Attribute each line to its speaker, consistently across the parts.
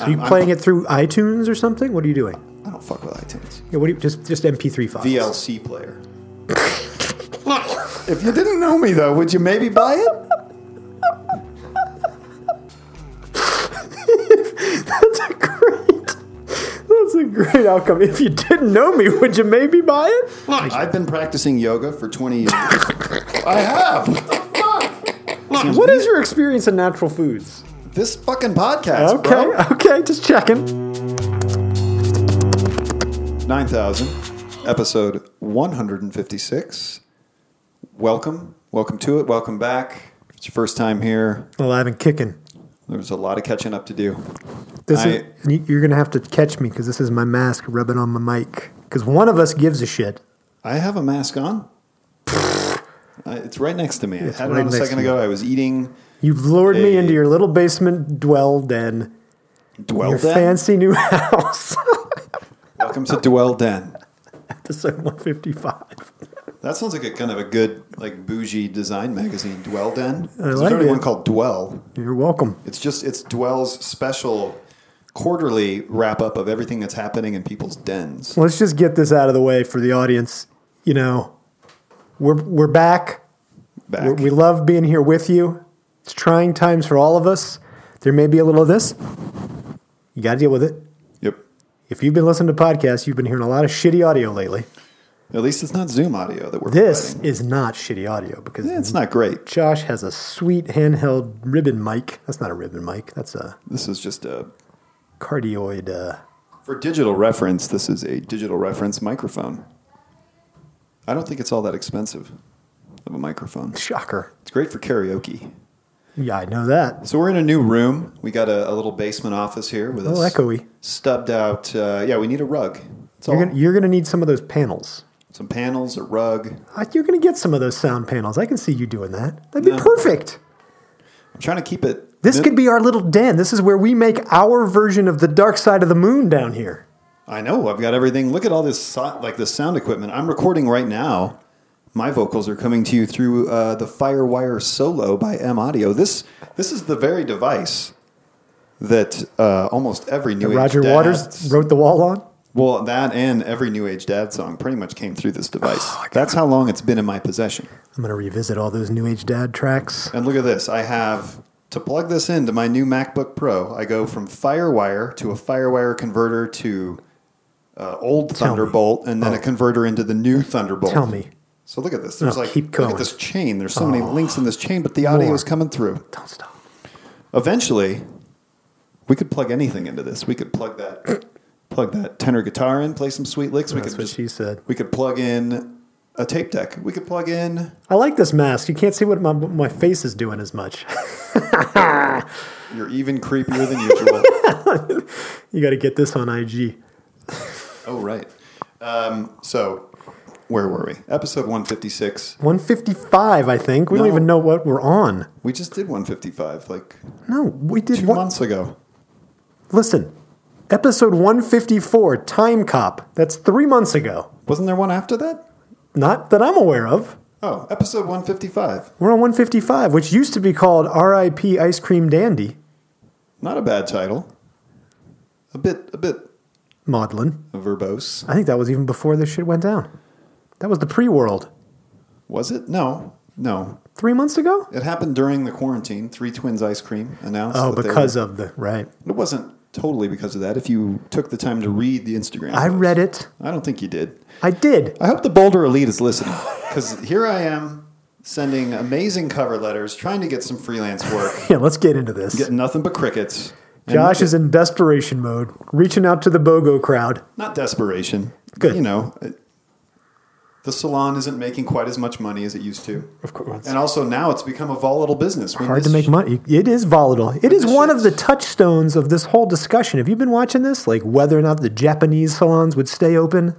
Speaker 1: Are you playing it through iTunes or something? What are you doing?
Speaker 2: I don't fuck with iTunes.
Speaker 1: Yeah, what do you just just MP3 files?
Speaker 2: VLC player. if you didn't know me though, would you maybe buy it?
Speaker 1: That's a great. That's a great outcome. If you didn't know me, would you maybe buy it?
Speaker 2: I've been practicing yoga for 20 years. I have.
Speaker 1: What is your experience in natural foods?
Speaker 2: This fucking podcast,
Speaker 1: Okay,
Speaker 2: bro.
Speaker 1: okay, just checking.
Speaker 2: 9000, episode 156. Welcome. Welcome to it. Welcome back. If it's your first time here,
Speaker 1: Alive and kicking.
Speaker 2: there's a lot of catching up to do.
Speaker 1: This
Speaker 2: I-
Speaker 1: is you- you're gonna have to catch me because this is my mask rubbing on my mic. Because one of us gives a shit.
Speaker 2: I have a mask on. Uh, it's right next to me. I had
Speaker 1: right
Speaker 2: it on a
Speaker 1: next
Speaker 2: second
Speaker 1: to you.
Speaker 2: ago. I was eating
Speaker 1: You've lured me
Speaker 2: Hey.
Speaker 1: into your little basement dwell den,
Speaker 2: Dwell
Speaker 1: your
Speaker 2: Den.
Speaker 1: fancy new house.
Speaker 2: Welcome to Dwell Den.
Speaker 1: Episode 155.
Speaker 2: That sounds like a kind of a good like bougie design magazine. Dwell Den. There's
Speaker 1: like
Speaker 2: already
Speaker 1: it.
Speaker 2: one called Dwell.
Speaker 1: You're welcome.
Speaker 2: It's just it's Dwell's special quarterly wrap up of everything that's happening in people's dens.
Speaker 1: Let's just get this out of the way for the audience. You know, we're we're back.
Speaker 2: Back.
Speaker 1: We're, we love being here with you. It's trying times for all of us. There may be a little of this. You got to deal with it.
Speaker 2: yep.
Speaker 1: If you've been listening to podcasts, you've been hearing a lot of shitty audio lately.
Speaker 2: At least it's not Zoom audio that we're
Speaker 1: This
Speaker 2: providing.
Speaker 1: is not shitty audio because
Speaker 2: Yeah, it's not great.
Speaker 1: Josh has a sweet handheld ribbon mic. That's not a ribbon mic. That's a
Speaker 2: This is just a
Speaker 1: cardioid. Uh,
Speaker 2: for digital reference. This is a digital reference microphone. I don't think it's all that expensive of a microphone.
Speaker 1: shocker.
Speaker 2: It's great for karaoke.
Speaker 1: Yeah, I know that.
Speaker 2: So we're in a new room. We got a, a little basement office here with
Speaker 1: A little
Speaker 2: us
Speaker 1: echoey.
Speaker 2: stubbed out. Uh, yeah, we need a rug. That's all.
Speaker 1: You're gonna, you're gonna need some of those panels.
Speaker 2: Some panels, a rug.
Speaker 1: I- You're gonna get some of those sound panels. I can see you doing that. That'd be perfect.
Speaker 2: I'm trying to keep it.
Speaker 1: This could be our little den. This is where we make our version of the dark side of the moon down here.
Speaker 2: I know. I've got everything. Look at all this, so- like the sound equipment. I'm recording right now. My vocals are coming to you through uh, the Firewire Solo by M Audio. This this is the very device that uh, almost every new age
Speaker 1: Roger
Speaker 2: dad-
Speaker 1: Waters wrote the wall on.
Speaker 2: Well, that and every new age dad song pretty much came through this device.
Speaker 1: Oh,
Speaker 2: That's how long it's been in my possession.
Speaker 1: I'm gonna revisit all those new age dad tracks.
Speaker 2: And look at this. I have to plug this into my new MacBook Pro. I go from FireWire to a FireWire converter to uh,
Speaker 1: me.
Speaker 2: old
Speaker 1: Oh.
Speaker 2: Thunderbolt, and then a converter into the new Thunderbolt.
Speaker 1: Tell me.
Speaker 2: So look at this. There's
Speaker 1: No,
Speaker 2: like
Speaker 1: keep
Speaker 2: look
Speaker 1: going. Oh.
Speaker 2: at this chain. There's so many links in this chain, but the audio
Speaker 1: More.
Speaker 2: is coming through.
Speaker 1: Don't stop.
Speaker 2: Eventually, we could plug anything into this. We could plug that plug that tenor guitar in, play some sweet licks. We
Speaker 1: That's
Speaker 2: could
Speaker 1: what
Speaker 2: just-
Speaker 1: she said.
Speaker 2: We could plug in a tape deck. We could plug in
Speaker 1: I like this mask. You can't see what my, my face is doing as much.
Speaker 2: you're even creepier than usual.
Speaker 1: you got to get this on IG.
Speaker 2: Oh, right. Um, so, where were we? Episode 156.
Speaker 1: 155, I think. We don't
Speaker 2: No.
Speaker 1: even know what we're on.
Speaker 2: We just did 155 like
Speaker 1: No, we did
Speaker 2: two
Speaker 1: one.
Speaker 2: months ago.
Speaker 1: Listen, episode 154, Time Cop. That's three months ago.
Speaker 2: Wasn't there one after that?
Speaker 1: Not that I'm aware of.
Speaker 2: Oh, episode 155.
Speaker 1: We're on 155, which used to be called RIP Ice Cream Dandy.
Speaker 2: Not a bad title. A bit, a bit
Speaker 1: Maudlin.
Speaker 2: verbose.
Speaker 1: I think that was even before this shit went down. That was the pre world.
Speaker 2: Was it? No, no.
Speaker 1: Three months ago?
Speaker 2: It happened during the quarantine. Three Twins Ice Cream announced.
Speaker 1: Oh,
Speaker 2: that they
Speaker 1: because of the. Right.
Speaker 2: were- it wasn't totally because of that. If you took the time to read the Instagram,
Speaker 1: I
Speaker 2: post.
Speaker 1: read it.
Speaker 2: I don't think you did.
Speaker 1: I did.
Speaker 2: I hope the Boulder Elite is listening because here I am sending amazing cover letters, trying to get some freelance work,
Speaker 1: Yeah, let's get into this.
Speaker 2: get nothing but crickets. And
Speaker 1: Josh
Speaker 2: look
Speaker 1: is in desperation mode, reaching out to the BOGO crowd.
Speaker 2: at- not desperation.
Speaker 1: Good.
Speaker 2: You know, it- the salon isn't making quite as much money as it used to. Of
Speaker 1: course.
Speaker 2: And also now it's become a volatile business. When
Speaker 1: Hard to
Speaker 2: this
Speaker 1: make
Speaker 2: sh-
Speaker 1: money. It is volatile. It is
Speaker 2: this
Speaker 1: one of the
Speaker 2: shit's-
Speaker 1: touchstones of this whole discussion. Have you been watching this? Like whether or not the Japanese salons would stay open?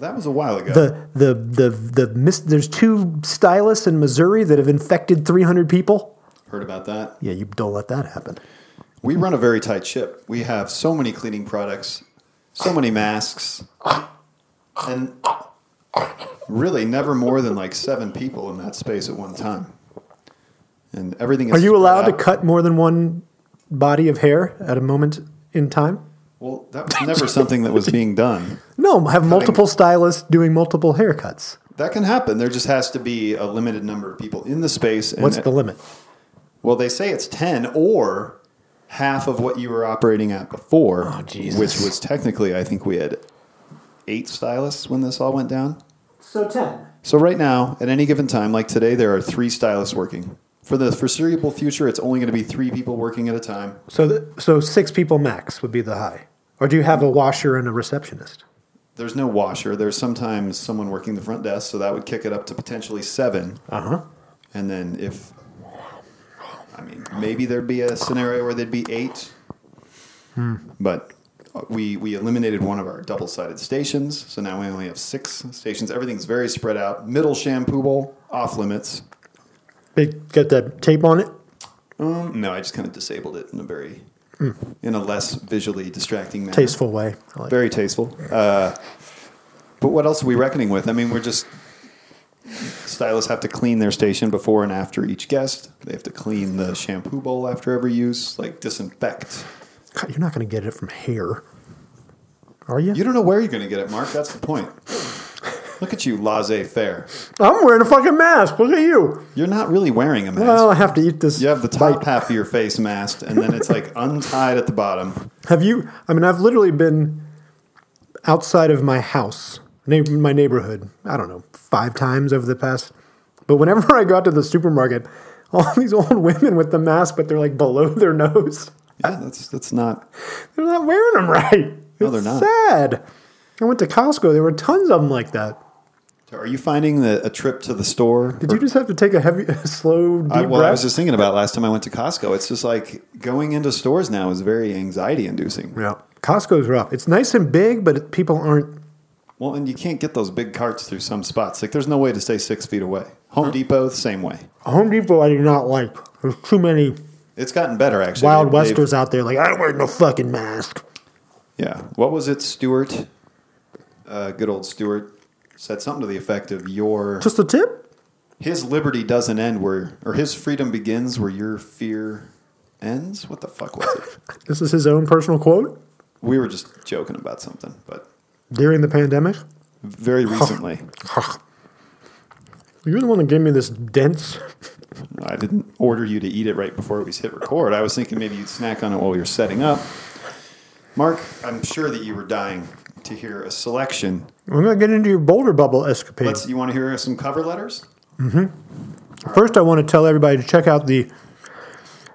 Speaker 2: That was a while ago.
Speaker 1: The the the the, mis- there's two stylists in Missouri that have infected 300 people.
Speaker 2: Heard about that?
Speaker 1: Yeah, you don't let that happen.
Speaker 2: We run a very tight ship. We have so many cleaning products, so many masks, and really never more than like seven people in that space at one time. And everything is
Speaker 1: Are you
Speaker 2: spread
Speaker 1: allowed to
Speaker 2: out.
Speaker 1: cut more than one body of hair at a moment in time?
Speaker 2: Well, that was never something that was being done.
Speaker 1: No, have multiple stylists doing multiple haircuts.
Speaker 2: That can happen. There just has to be a limited number of people in the space. And
Speaker 1: What's the limit?
Speaker 2: Well, they say it's 10 or half of what you were operating at before,
Speaker 1: Oh, Jesus.
Speaker 2: which was technically, I think we had eight stylists when this all went down.
Speaker 1: So 10.
Speaker 2: So, right now, at any given time, like today, there are three stylists working. For the foreseeable future, it's only going to be three people working at a time.
Speaker 1: So, th- so six people max would be the high. Or do you have a washer and a receptionist?
Speaker 2: There's no washer. There's sometimes someone working the front desk, so that would kick it up to potentially seven.
Speaker 1: Uh huh.
Speaker 2: And then if, I mean, maybe there'd be a scenario where there'd be eight, but uh, we we eliminated one of our double sided stations, so now we only have six stations. Everything's very spread out. Middle shampoo bowl off limits.
Speaker 1: They got that tape on it?
Speaker 2: Um, no, I just kind of disabled it in a very in a less visually distracting manner.
Speaker 1: Hmm. Tasteful way. I like-
Speaker 2: Very tasteful. Uh, but what else are we reckoning with? I mean, we're just stylists have to clean their station before and after each guest. They have to clean the shampoo bowl after every use, like disinfect.
Speaker 1: God, you're not going to get it from hair. Are you?
Speaker 2: You don't know where you're going to get it, Mark. That's the point. Look at you, laissez faire.
Speaker 1: I'm wearing a fucking mask. Look at you.
Speaker 2: You're not really wearing a mask.
Speaker 1: Well, I have to eat this.
Speaker 2: you have the top
Speaker 1: bite.
Speaker 2: half of your face masked, and then it's like untied at the bottom.
Speaker 1: Have you? I mean, I've literally been outside of my house, neigh- my neighborhood, I don't know, five times over the past. But whenever I go out to the supermarket, all these old women with the mask, but they're like below their nose.
Speaker 2: Yeah, that's that's not.
Speaker 1: They're not wearing them right.
Speaker 2: No,
Speaker 1: It's
Speaker 2: they're not.
Speaker 1: Sad. I went to Costco. There were tons of them like that.
Speaker 2: Are you finding that a trip to the store?
Speaker 1: Did you just have to take a heavy, slow, deep
Speaker 2: I, well,
Speaker 1: breath?
Speaker 2: I was just thinking about last time I went to Costco. It's just like going into stores now is very anxiety inducing.
Speaker 1: yeah, Costco's rough. It's nice and big, but it- people aren't.
Speaker 2: Well, and you can't get those big carts through some spots. Like, there's no way to stay six feet away. Home Depot, the same way.
Speaker 1: Home Depot, I do not like. There's too many
Speaker 2: It's gotten better, actually.
Speaker 1: wild
Speaker 2: They- they've-
Speaker 1: westers out there. Like I don't wear no fucking mask.
Speaker 2: Yeah. What was it, Stewart? Uh, good old Stewart said something to the effect of your
Speaker 1: Just a tip.
Speaker 2: his liberty doesn't end where or his freedom begins where your fear ends. What the fuck was it?
Speaker 1: This is his own personal quote
Speaker 2: we were just joking about something, but
Speaker 1: during the pandemic.
Speaker 2: very recently.
Speaker 1: You're the one that gave me this dense.
Speaker 2: I didn't order you to eat it right before we hit record. I was thinking maybe you'd snack on it while you're setting up. Mark, I'm sure that you were dying to hear a selection.
Speaker 1: We're gonna get into your Boulder Bubble escapade.
Speaker 2: Let's. You want to hear some cover letters?
Speaker 1: First, I want to tell everybody to check out the.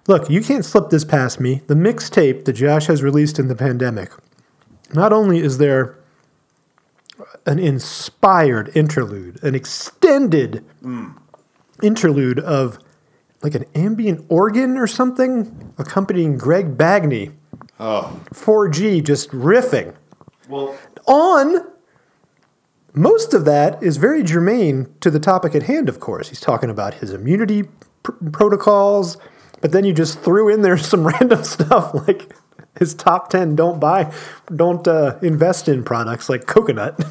Speaker 1: Look, you can't slip this past me. The mixtape that Josh has released in the pandemic. Not only is there an inspired interlude, an extended interlude of like an ambient organ or something accompanying Greg Bagney.
Speaker 2: Oh,
Speaker 1: 4G just riffing
Speaker 2: well,
Speaker 1: on most of that is very germane to the topic at hand of course he's talking about his immunity pr- protocols but then you just threw in there some random stuff like his top 10 don't buy don't uh, invest in products like coconut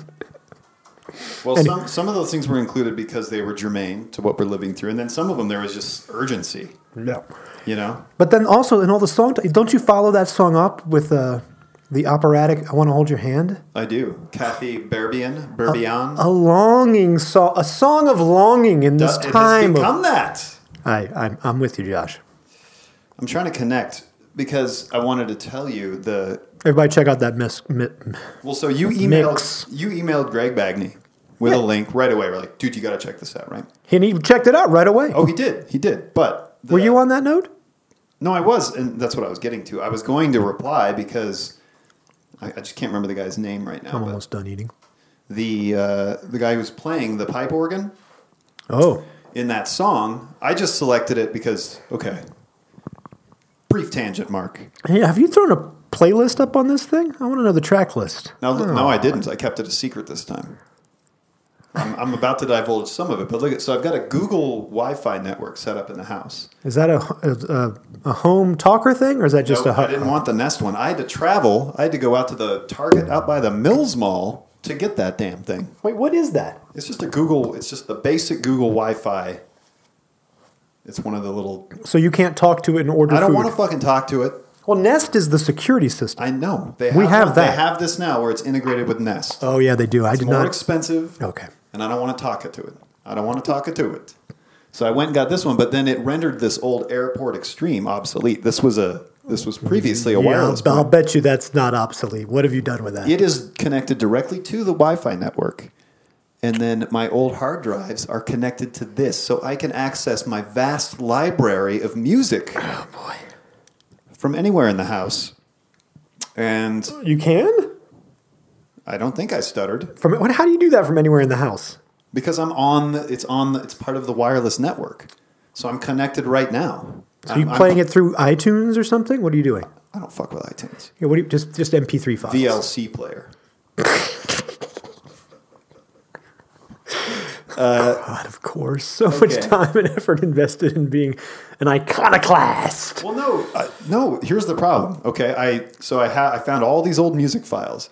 Speaker 2: well, some some of those things were included because they were germane to what we're living through, and then some of them there was just urgency.
Speaker 1: no
Speaker 2: You know,
Speaker 1: but then also in all the song don't you follow that song up with uh, the operatic i want to hold your hand
Speaker 2: I do. Kathy Berbian, Berbian,
Speaker 1: a longing song a song of longing in Uh, this
Speaker 2: it has
Speaker 1: time of-
Speaker 2: become that.
Speaker 1: I, I'm, I'm with you josh
Speaker 2: I'm trying to connect because I wanted to tell you the
Speaker 1: everybody check out that mis- mi-
Speaker 2: Well, so you emailed
Speaker 1: Mix.
Speaker 2: you emailed Greg Bagney with a link right away. We're like, dude, you got to check this out, right?
Speaker 1: And he checked it out right away.
Speaker 2: Oh, he did, he did. But the-
Speaker 1: Were you on that note?
Speaker 2: No, I was, and that's what I was getting to. I was going to reply because I, I just can't remember the guy's name right now.
Speaker 1: I'm
Speaker 2: But
Speaker 1: almost done eating.
Speaker 2: the uh, the guy who's playing the pipe organ
Speaker 1: Oh,
Speaker 2: in that song, I just selected it because okay. Brief tangent, Mark.
Speaker 1: hey, have you thrown a playlist up on this thing? I want to know the track list.
Speaker 2: Now, no, I didn't. I kept it a secret this time. I'm, I'm about to divulge some of it, but look at so I've got a Google Wi-Fi network set up in the house.
Speaker 1: Is that a, a, a home talker thing, or is that just
Speaker 2: Nope,
Speaker 1: a hut?
Speaker 2: I didn't want the Nest one. I had to travel. I had to go out to the Target out by the Mills Mall to get that damn thing.
Speaker 1: Wait, what is that?
Speaker 2: It's just a Google. It's just the basic Google Wi-Fi. It's one of the little.
Speaker 1: So you can't talk to it and order
Speaker 2: I don't
Speaker 1: food.
Speaker 2: want to fucking talk to it.
Speaker 1: well, Nest is the security system.
Speaker 2: I know they have
Speaker 1: We have
Speaker 2: one-
Speaker 1: that.
Speaker 2: They have this now where it's integrated with Nest.
Speaker 1: oh yeah, they do. I
Speaker 2: It's
Speaker 1: did
Speaker 2: more
Speaker 1: not.
Speaker 2: expensive.
Speaker 1: okay.
Speaker 2: and I don't want to talk it to it. I don't want to talk it to it. So I went and got this one, but then it rendered this old Airport Extreme obsolete. This was a this was previously a
Speaker 1: Yeah,
Speaker 2: wireless.
Speaker 1: I'll, I'll
Speaker 2: one.
Speaker 1: bet you that's not obsolete. What have you done with that?
Speaker 2: It is connected directly to the Wi-Fi network, and then my old hard drives are connected to this, so I can access my vast library of music. Oh boy! From anywhere in the house, and
Speaker 1: You can?
Speaker 2: I don't think I stuttered
Speaker 1: From what? How do you do that from anywhere in the house?
Speaker 2: because I'm on. The, it's on. The, it's part of the wireless network, so I'm connected right now.
Speaker 1: So you playing it through iTunes or something? What are you doing?
Speaker 2: I don't fuck with iTunes.
Speaker 1: Yeah, what do you just just MP3 files?
Speaker 2: VLC player.
Speaker 1: God, of course. So much
Speaker 2: Okay.
Speaker 1: time and effort invested in being an iconoclast.
Speaker 2: Well, no, uh, no. Here's the problem. Okay, I so I ha- I found all these old music files.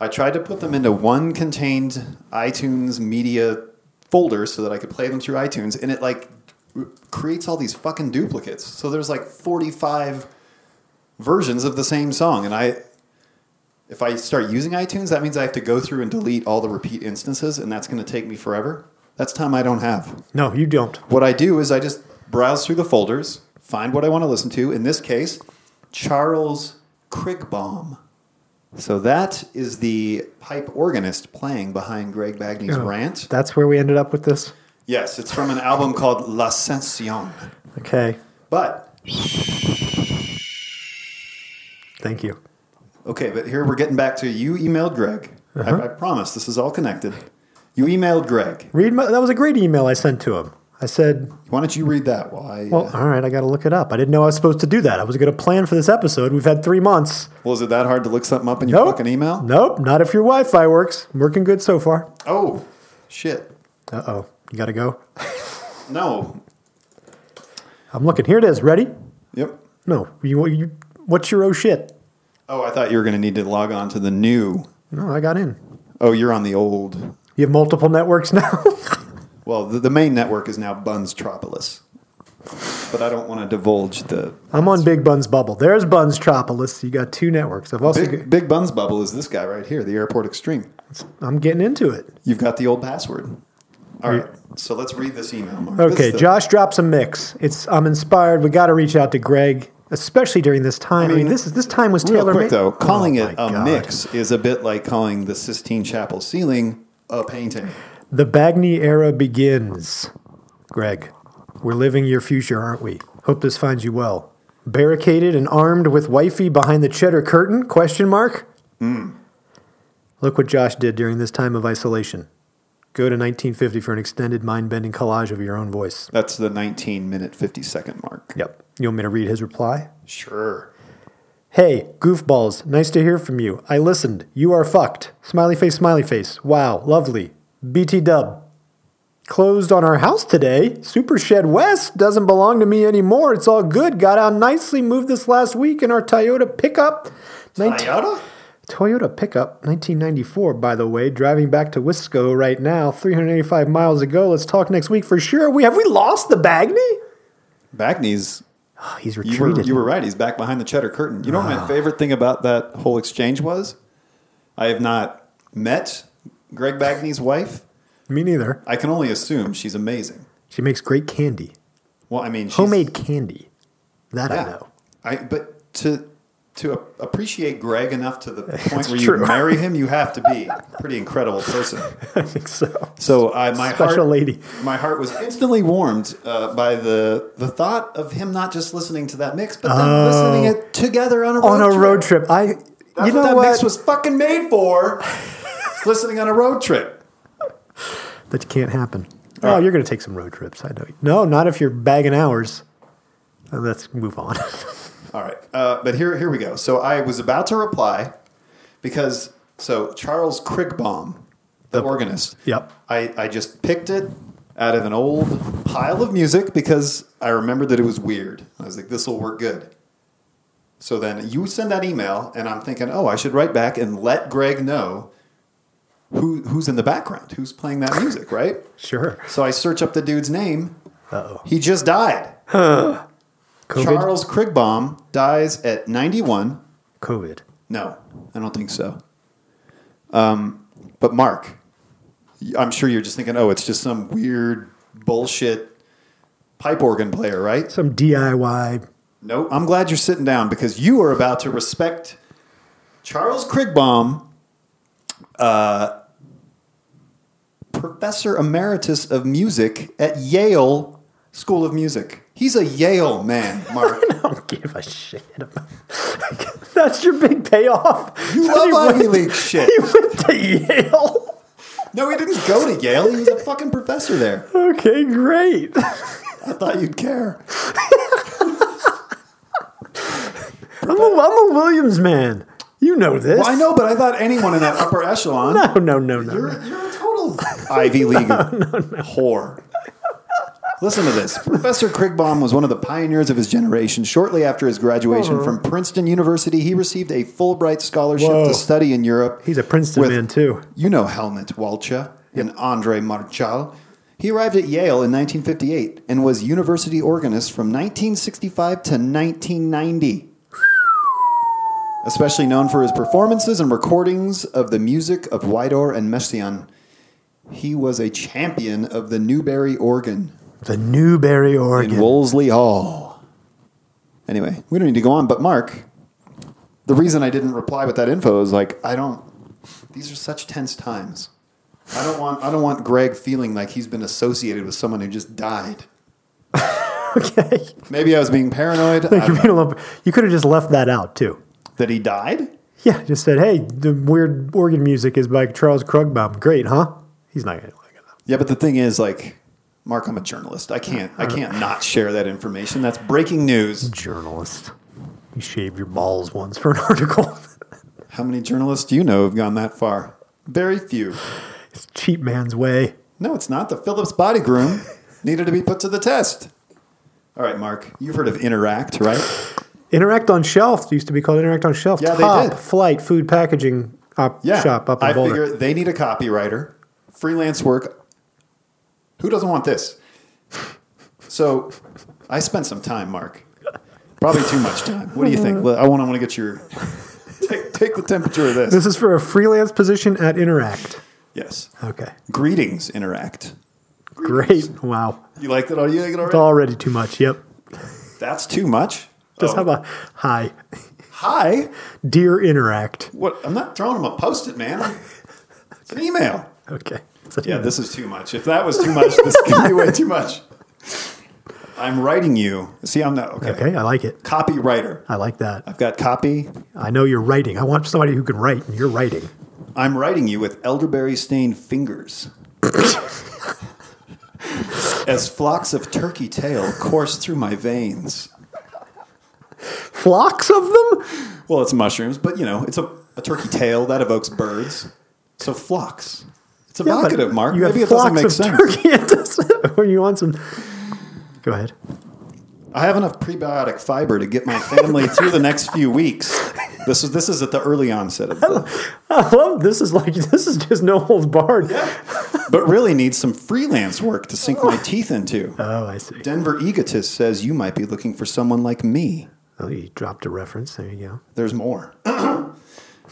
Speaker 2: I tried to put them into one contained iTunes media folder so that I could play them through iTunes, and it like r- creates all these fucking duplicates. So there's like 45 versions of the same song, and I. If I start using iTunes, that means I have to go through and delete all the repeat instances, and that's going to take me forever. That's time I don't have.
Speaker 1: No, you don't.
Speaker 2: What I do is I just browse through the folders, find what I want to listen to. In this case, Charles Crickbaum. So that is the pipe organist playing behind Greg Bagney's
Speaker 1: Oh.
Speaker 2: rant.
Speaker 1: That's where we ended up with this.
Speaker 2: Yes, it's from an album called L'Ascension.
Speaker 1: Okay.
Speaker 2: But
Speaker 1: Thank you.
Speaker 2: okay, but here we're getting back to you emailed Greg. I, I promise this is all connected. You emailed Greg.
Speaker 1: Read my, that was a great email I sent to him. I said,
Speaker 2: Why don't you read that while I?
Speaker 1: "Well,
Speaker 2: uh,
Speaker 1: all right, I got to look it up. I didn't know I was supposed to do that. I was going to plan for this episode. We've had 3 months.
Speaker 2: well, is it that hard to look something up in your
Speaker 1: Nope.
Speaker 2: fucking email?
Speaker 1: Nope, not if your Wi-Fi works. working good so far.
Speaker 2: Oh, shit.
Speaker 1: Uh-oh. You got to go.
Speaker 2: No.
Speaker 1: I'm looking. Here it is. Ready?
Speaker 2: Yep.
Speaker 1: No. You, you what's your oh shit?
Speaker 2: Oh, I thought you were going to need to log on to the new.
Speaker 1: No, I got in.
Speaker 2: Oh, you're on the old.
Speaker 1: You have multiple networks now.
Speaker 2: Well, the, the main network is now Buns Tropolis. But I don't want to divulge the.
Speaker 1: I'm on Big Bun's bubble. There's Bun's Tropolis. You got two networks. I've also
Speaker 2: Big, Big Buns Bubble is this guy right here, the Airport Extreme.
Speaker 1: got- I'm getting into it.
Speaker 2: You've got the old password. All right. So let's read this email. Mark. This
Speaker 1: Okay,
Speaker 2: is the-
Speaker 1: Josh drops a mix. It's I'm inspired. We got to reach out to Greg, especially during this time. I mean,
Speaker 2: mean,
Speaker 1: this is this time was
Speaker 2: Real
Speaker 1: Taylor
Speaker 2: quick, though, calling
Speaker 1: Oh
Speaker 2: it a
Speaker 1: my God.
Speaker 2: mix is a bit like calling the Sistine Chapel ceiling a painting.
Speaker 1: The Bagney era begins. Greg, we're living your future, aren't we? Hope this finds you well. Barricaded and armed with wifey behind the cheddar curtain? Question mark. Look what Josh did during this time of isolation. Go to 1950 for an extended mind-bending collage of your own voice.
Speaker 2: That's the 19 minute 50 second mark.
Speaker 1: Yep. You want me to read his reply?
Speaker 2: Sure.
Speaker 1: Hey, goofballs, nice to hear from you. I listened. You are fucked. Smiley face, smiley face. Wow, lovely. BT dub. Closed on our house today. Super Shed West doesn't belong to me anymore. It's all good. Got out nicely. Moved this last week in our Toyota pickup. 19
Speaker 2: Toyota?
Speaker 1: Toyota pickup, 1994, by the way. Driving back to Wisco right now, 385 miles ago. Let's talk next week for sure. We have we lost the Bagney?
Speaker 2: Bagney's
Speaker 1: Oh, he's
Speaker 2: You were,
Speaker 1: retreated.
Speaker 2: you were right. He's back behind the cheddar curtain. You know
Speaker 1: Ah.
Speaker 2: what my favorite thing about that whole exchange was? I have not met Greg Bagney's wife.
Speaker 1: me neither.
Speaker 2: I can only assume she's amazing.
Speaker 1: She makes great candy.
Speaker 2: Well, I mean, she's,
Speaker 1: homemade candy. That I
Speaker 2: Yeah,
Speaker 1: know.
Speaker 2: I, but to to a- appreciate Greg enough to the point where
Speaker 1: true.
Speaker 2: you marry him, you have to be a pretty incredible person.
Speaker 1: I think so.
Speaker 2: So I my
Speaker 1: Special
Speaker 2: heart,
Speaker 1: lady.
Speaker 2: my heart was instantly warmed uh, by the the thought of him not just listening to that mix, but then listening it together on a road
Speaker 1: Oh. On a
Speaker 2: trip.
Speaker 1: road trip, I.
Speaker 2: That's
Speaker 1: you know
Speaker 2: what that
Speaker 1: what?
Speaker 2: mix was fucking made for. It's listening on a road trip.
Speaker 1: that can't happen. Oh, you're going to take some road trips. I know. you- No, not if you're bagging hours. Uh, Let's move on.
Speaker 2: All right, uh, but here here we go. So I was about to reply because so Charles Crickbaum the organist.
Speaker 1: Yep.
Speaker 2: I, I just picked it out of an old pile of music because I remembered that it was weird. I was like, this will work good. So then you send that email, and I'm thinking, oh, I should write back and let Greg know who, who's in the background, who's playing that music, right?
Speaker 1: Sure.
Speaker 2: So I search up the dude's name.
Speaker 1: Uh-oh.
Speaker 2: He just died.
Speaker 1: COVID.
Speaker 2: Charles Krigbaum dies at 91.
Speaker 1: COVID.
Speaker 2: No, I don't think so. Um, but Mark, I'm sure you're just thinking, oh, it's just some weird bullshit pipe organ player, right?
Speaker 1: Some DIY.
Speaker 2: No, I'm glad you're sitting down because you are about to respect Charles Krigbaum, uh, professor emeritus of music at Yale School of Music. He's a Yale man, Mark.
Speaker 1: I don't give a shit about. That's your big payoff.
Speaker 2: You
Speaker 1: That he
Speaker 2: love
Speaker 1: went-
Speaker 2: Ivy League shit.
Speaker 1: He went to Yale.
Speaker 2: No, he didn't go to Yale. He was a fucking professor there.
Speaker 1: Okay, great.
Speaker 2: I thought you'd care.
Speaker 1: I'm a, I'm a Williams man. You know this.
Speaker 2: Well, I know, but I thought anyone in that upper echelon.
Speaker 1: No, no, no, no.
Speaker 2: You're, you're a total Ivy League whore. Listen to this. Professor Krigbaum was one of the pioneers of his generation. Shortly after his graduation
Speaker 1: Oh.
Speaker 2: from Princeton University, he received a Fulbright scholarship
Speaker 1: Whoa.
Speaker 2: to study in Europe.
Speaker 1: He's a Princeton
Speaker 2: with-
Speaker 1: man too.
Speaker 2: You know Helmut Walcha and Andre Marchal. He arrived at Yale in 1958 and was university organist from 1965 to 1990. Especially known for his performances and recordings of the music of Widor and Messiaen. He was a champion of the Newberry organ
Speaker 1: The Newberry
Speaker 2: in
Speaker 1: Oregon.
Speaker 2: Wolseley Hall. Anyway, we don't need to go on, but Mark, the reason I didn't reply with that info is like I don't these are such tense times. I don't want I don't want Greg feeling like he's been associated with someone who just died.
Speaker 1: okay.
Speaker 2: Maybe I was being paranoid I
Speaker 1: Like,
Speaker 2: don't
Speaker 1: you,
Speaker 2: know.
Speaker 1: made a little- you could have just left that out too.
Speaker 2: that he died.
Speaker 1: Yeah, just said, hey, the weird organ music is by Charles Krugbaum. Great, huh? He's not gonna like it.
Speaker 2: Yeah, but the thing is like Mark, I'm a journalist. I can't I can't not share that information. That's breaking news.
Speaker 1: Journalist. You shaved your balls once for an article.
Speaker 2: How many journalists do you know have gone that far? Very few.
Speaker 1: it's cheap man's way.
Speaker 2: No, it's not. The Phillips body groom needed to be put to the test. All right, Mark, you've heard of Interact, right?
Speaker 1: Interact on Shelf used to be called Interact on Shelf.
Speaker 2: Yeah, they
Speaker 1: Top
Speaker 2: did.
Speaker 1: flight food packaging op- shop up in
Speaker 2: I
Speaker 1: Boulder.
Speaker 2: figure they need a copywriter, freelance work. Who doesn't want this? So, I spent some time, Mark. Probably too much time. What do you think? Look, I want, I want to get your take, take the temperature of this.
Speaker 1: This is for a freelance position at Interact.
Speaker 2: Yes.
Speaker 1: Okay,
Speaker 2: Greetings, Interact.
Speaker 1: great. Wow,
Speaker 2: You like that? Are you like it
Speaker 1: it's
Speaker 2: already?
Speaker 1: already too much. Yep.
Speaker 2: That's too much.
Speaker 1: Just
Speaker 2: Oh,
Speaker 1: have a hi,
Speaker 2: hi.
Speaker 1: dear Interact.
Speaker 2: What? I'm not throwing him a post-it, man. It's an email.
Speaker 1: Okay.
Speaker 2: Yeah, this is too much. If that was too much, this could be way too much. I'm writing you. See, I'm not okay.
Speaker 1: okay. I like it.
Speaker 2: Copywriter.
Speaker 1: I like that.
Speaker 2: I've got copy.
Speaker 1: I know you're writing. I want somebody who can write, and you're writing.
Speaker 2: I'm writing you with elderberry stained fingers. As flocks of turkey tail course through my veins.
Speaker 1: Flocks of them.
Speaker 2: Well, it's mushrooms, but you know, it's a, a turkey tail that evokes birds. So flocks. It's
Speaker 1: Yeah, but
Speaker 2: evocative, Mark.
Speaker 1: You have
Speaker 2: Maybe it
Speaker 1: flocks
Speaker 2: doesn't make
Speaker 1: of
Speaker 2: sense.
Speaker 1: turkey. It doesn't- when you want some. Go ahead.
Speaker 2: I have enough prebiotic fiber to get my family through the next few weeks. This is this is at the early onset of the,
Speaker 1: I love this. Is like this is just no holds barred.
Speaker 2: but really needs some freelance work to sink my teeth into.
Speaker 1: Oh, I see.
Speaker 2: Denver egotist says you might be looking for someone like me.
Speaker 1: Oh, you dropped a reference. There you go.
Speaker 2: There's more.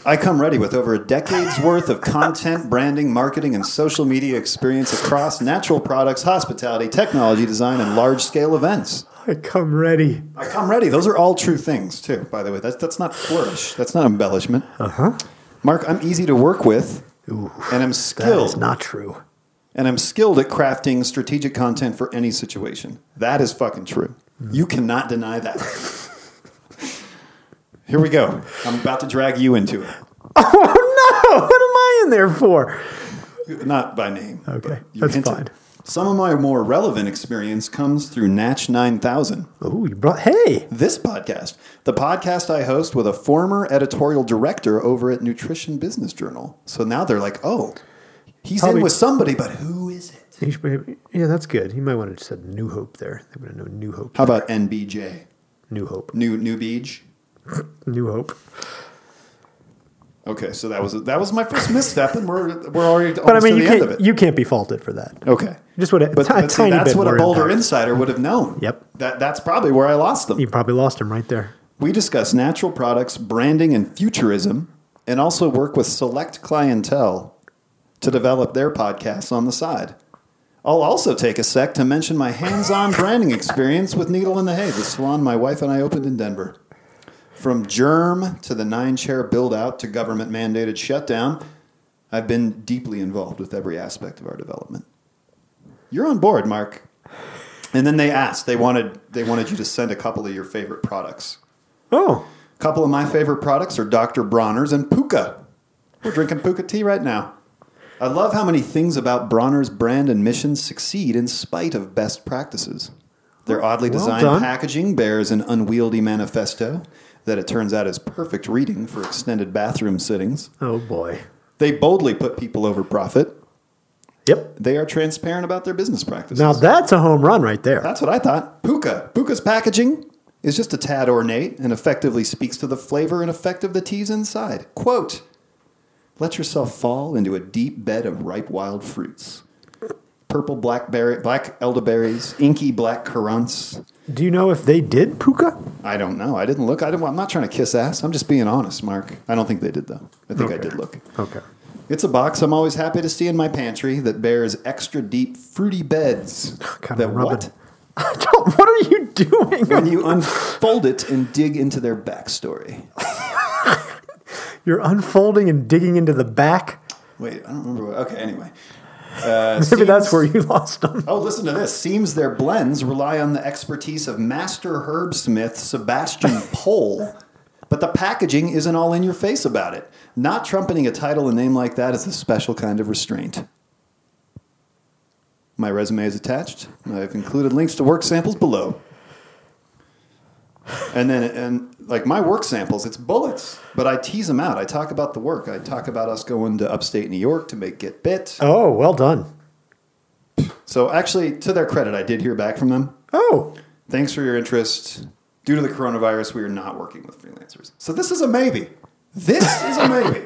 Speaker 2: I come ready with over a decade's worth of content, branding, marketing, and social media experience across natural products, hospitality, technology design, and large scale events.
Speaker 1: I come ready.
Speaker 2: I come ready. Those are all true things, too, by the way. That's, that's not flourish. That's not embellishment.
Speaker 1: Uh huh.
Speaker 2: Mark, I'm easy to work with,
Speaker 1: Ooh,
Speaker 2: and
Speaker 1: that
Speaker 2: I'm
Speaker 1: is
Speaker 2: skilled.
Speaker 1: not true.
Speaker 2: and I'm skilled at crafting strategic content for any situation. That is fucking true.
Speaker 1: Hmm.
Speaker 2: You cannot deny that. Here we go. I'm about to drag you into it.
Speaker 1: Oh no! What am I in there for?
Speaker 2: Not by name.
Speaker 1: Okay,
Speaker 2: but you
Speaker 1: that's
Speaker 2: hinted.
Speaker 1: fine.
Speaker 2: Some of my more relevant experience comes through Natch 9000.
Speaker 1: Oh, you brought. Hey,
Speaker 2: This podcast, the podcast I host with a former editorial director over at Nutrition Business Journal. So now they're like, oh, He's
Speaker 1: Probably-
Speaker 2: in with somebody, but who is it?
Speaker 1: He should- yeah, that's good. He might want to said New Hope there. They would have known New Hope.
Speaker 2: How about NBJ?
Speaker 1: New Hope.
Speaker 2: New New Beach.
Speaker 1: New Hope.
Speaker 2: Okay, so that was that was my first misstep, and we're we're already almost
Speaker 1: But I mean,
Speaker 2: to
Speaker 1: you
Speaker 2: the end of
Speaker 1: can't,
Speaker 2: it.
Speaker 1: you can't be faulted for that.
Speaker 2: okay,
Speaker 1: Just would have,
Speaker 2: but,
Speaker 1: a
Speaker 2: but see,
Speaker 1: tiny
Speaker 2: that's
Speaker 1: bit
Speaker 2: what a
Speaker 1: more
Speaker 2: Boulder
Speaker 1: impact.
Speaker 2: insider would have known.
Speaker 1: Yep.
Speaker 2: that that's probably where I lost them.
Speaker 1: You probably lost him right there.
Speaker 2: We discuss natural products, branding, and futurism, and also work with select clientele to develop their podcasts on the side. I'll also take a sec to mention my hands on branding experience with Needle in the Hay, the salon my wife and I opened in Denver. From germ to the nine chair build out to government mandated shutdown, I've been deeply involved with every aspect of our development. You're on board, Mark. And then they asked, they wanted, they wanted you to send a couple of your favorite products.
Speaker 1: Oh,
Speaker 2: A couple of my favorite products are Dr. Bronner's and Puka. We're drinking Puka tea right now. I love how many things about Bronner's brand and mission succeed in spite of best practices. Their oddly
Speaker 1: Well
Speaker 2: designed
Speaker 1: done.
Speaker 2: packaging bears an unwieldy manifesto that it turns out is perfect reading for extended bathroom sittings.
Speaker 1: oh boy.
Speaker 2: They boldly put people over profit.
Speaker 1: Yep.
Speaker 2: They are transparent about their business practices.
Speaker 1: Now that's a home run right there.
Speaker 2: That's what I thought. Puka. Puka's packaging is just a tad ornate and effectively speaks to the flavor and effect of the teas inside. Quote Let yourself fall into a deep bed of ripe wild fruits. Purple blackberry, black elderberries, inky black currants.
Speaker 1: Do you know if they did Puka?
Speaker 2: I don't know. I didn't look. I didn't, I'm not trying to kiss ass. I'm just being honest, Mark. I don't think they did, though. I think I
Speaker 1: Okay.
Speaker 2: did look.
Speaker 1: Okay.
Speaker 2: It's a box I'm always happy to see in my pantry that bears extra deep fruity beds.
Speaker 1: God,
Speaker 2: that
Speaker 1: I'm rubbing- I don't- what are you doing?
Speaker 2: when you unfold it and dig into their backstory.
Speaker 1: You're unfolding and digging into the back.
Speaker 2: Wait, I don't remember what. Okay, anyway. Uh,
Speaker 1: Maybe that's
Speaker 2: seems-
Speaker 1: where you lost them.
Speaker 2: Oh, listen to this. Seems their blends rely on the expertise of master herbsmith Sebastian Pohl, but the packaging isn't all in your face about it. Not trumpeting a title and name like that is a special kind of restraint. My resume is attached. I've included links to work samples below. And then, and like my work samples, it's bullets, but I tease them out. I talk about the work. I talk about us going to upstate New York to make Get Bit.
Speaker 1: Oh, well done.
Speaker 2: So, actually, to their credit, I did hear back from them.
Speaker 1: Oh,
Speaker 2: Thanks for your interest. Due to the coronavirus, we are not working with freelancers. So, this is a maybe. This is a maybe.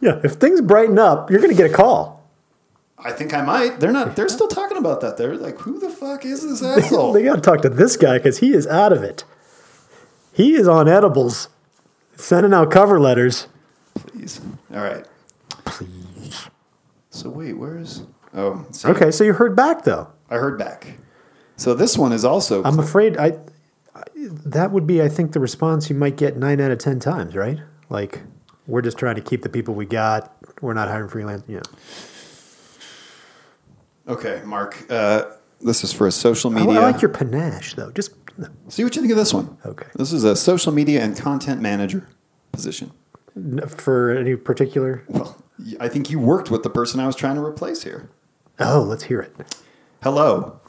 Speaker 1: yeah. If things brighten up, you're going to get a call.
Speaker 2: I think I might. They're not, they're still talking about that. They're like, who the fuck is this asshole?
Speaker 1: They got to talk to this guy because he is out of it. He is on edibles, sending out cover letters.
Speaker 2: Please. All right.
Speaker 1: Please.
Speaker 2: So, wait, where's. Oh, see,
Speaker 1: Okay, so you heard back though.
Speaker 2: I heard back. So, this one is also.
Speaker 1: I'm afraid I, I that would be I think the response you might get nine out of ten times, right? Like we're just trying to keep the people we got. We're not hiring freelance. You know.
Speaker 2: okay, Mark. Uh, this is for a social
Speaker 1: I, I
Speaker 2: media.
Speaker 1: like your panache though. Just
Speaker 2: See what you think of this one.
Speaker 1: Okay.
Speaker 2: This is a social media and content manager position.
Speaker 1: for any particular.
Speaker 2: Well, y- I think you worked with the person I was trying to replace here.
Speaker 1: Oh, let's hear it.
Speaker 2: Hello.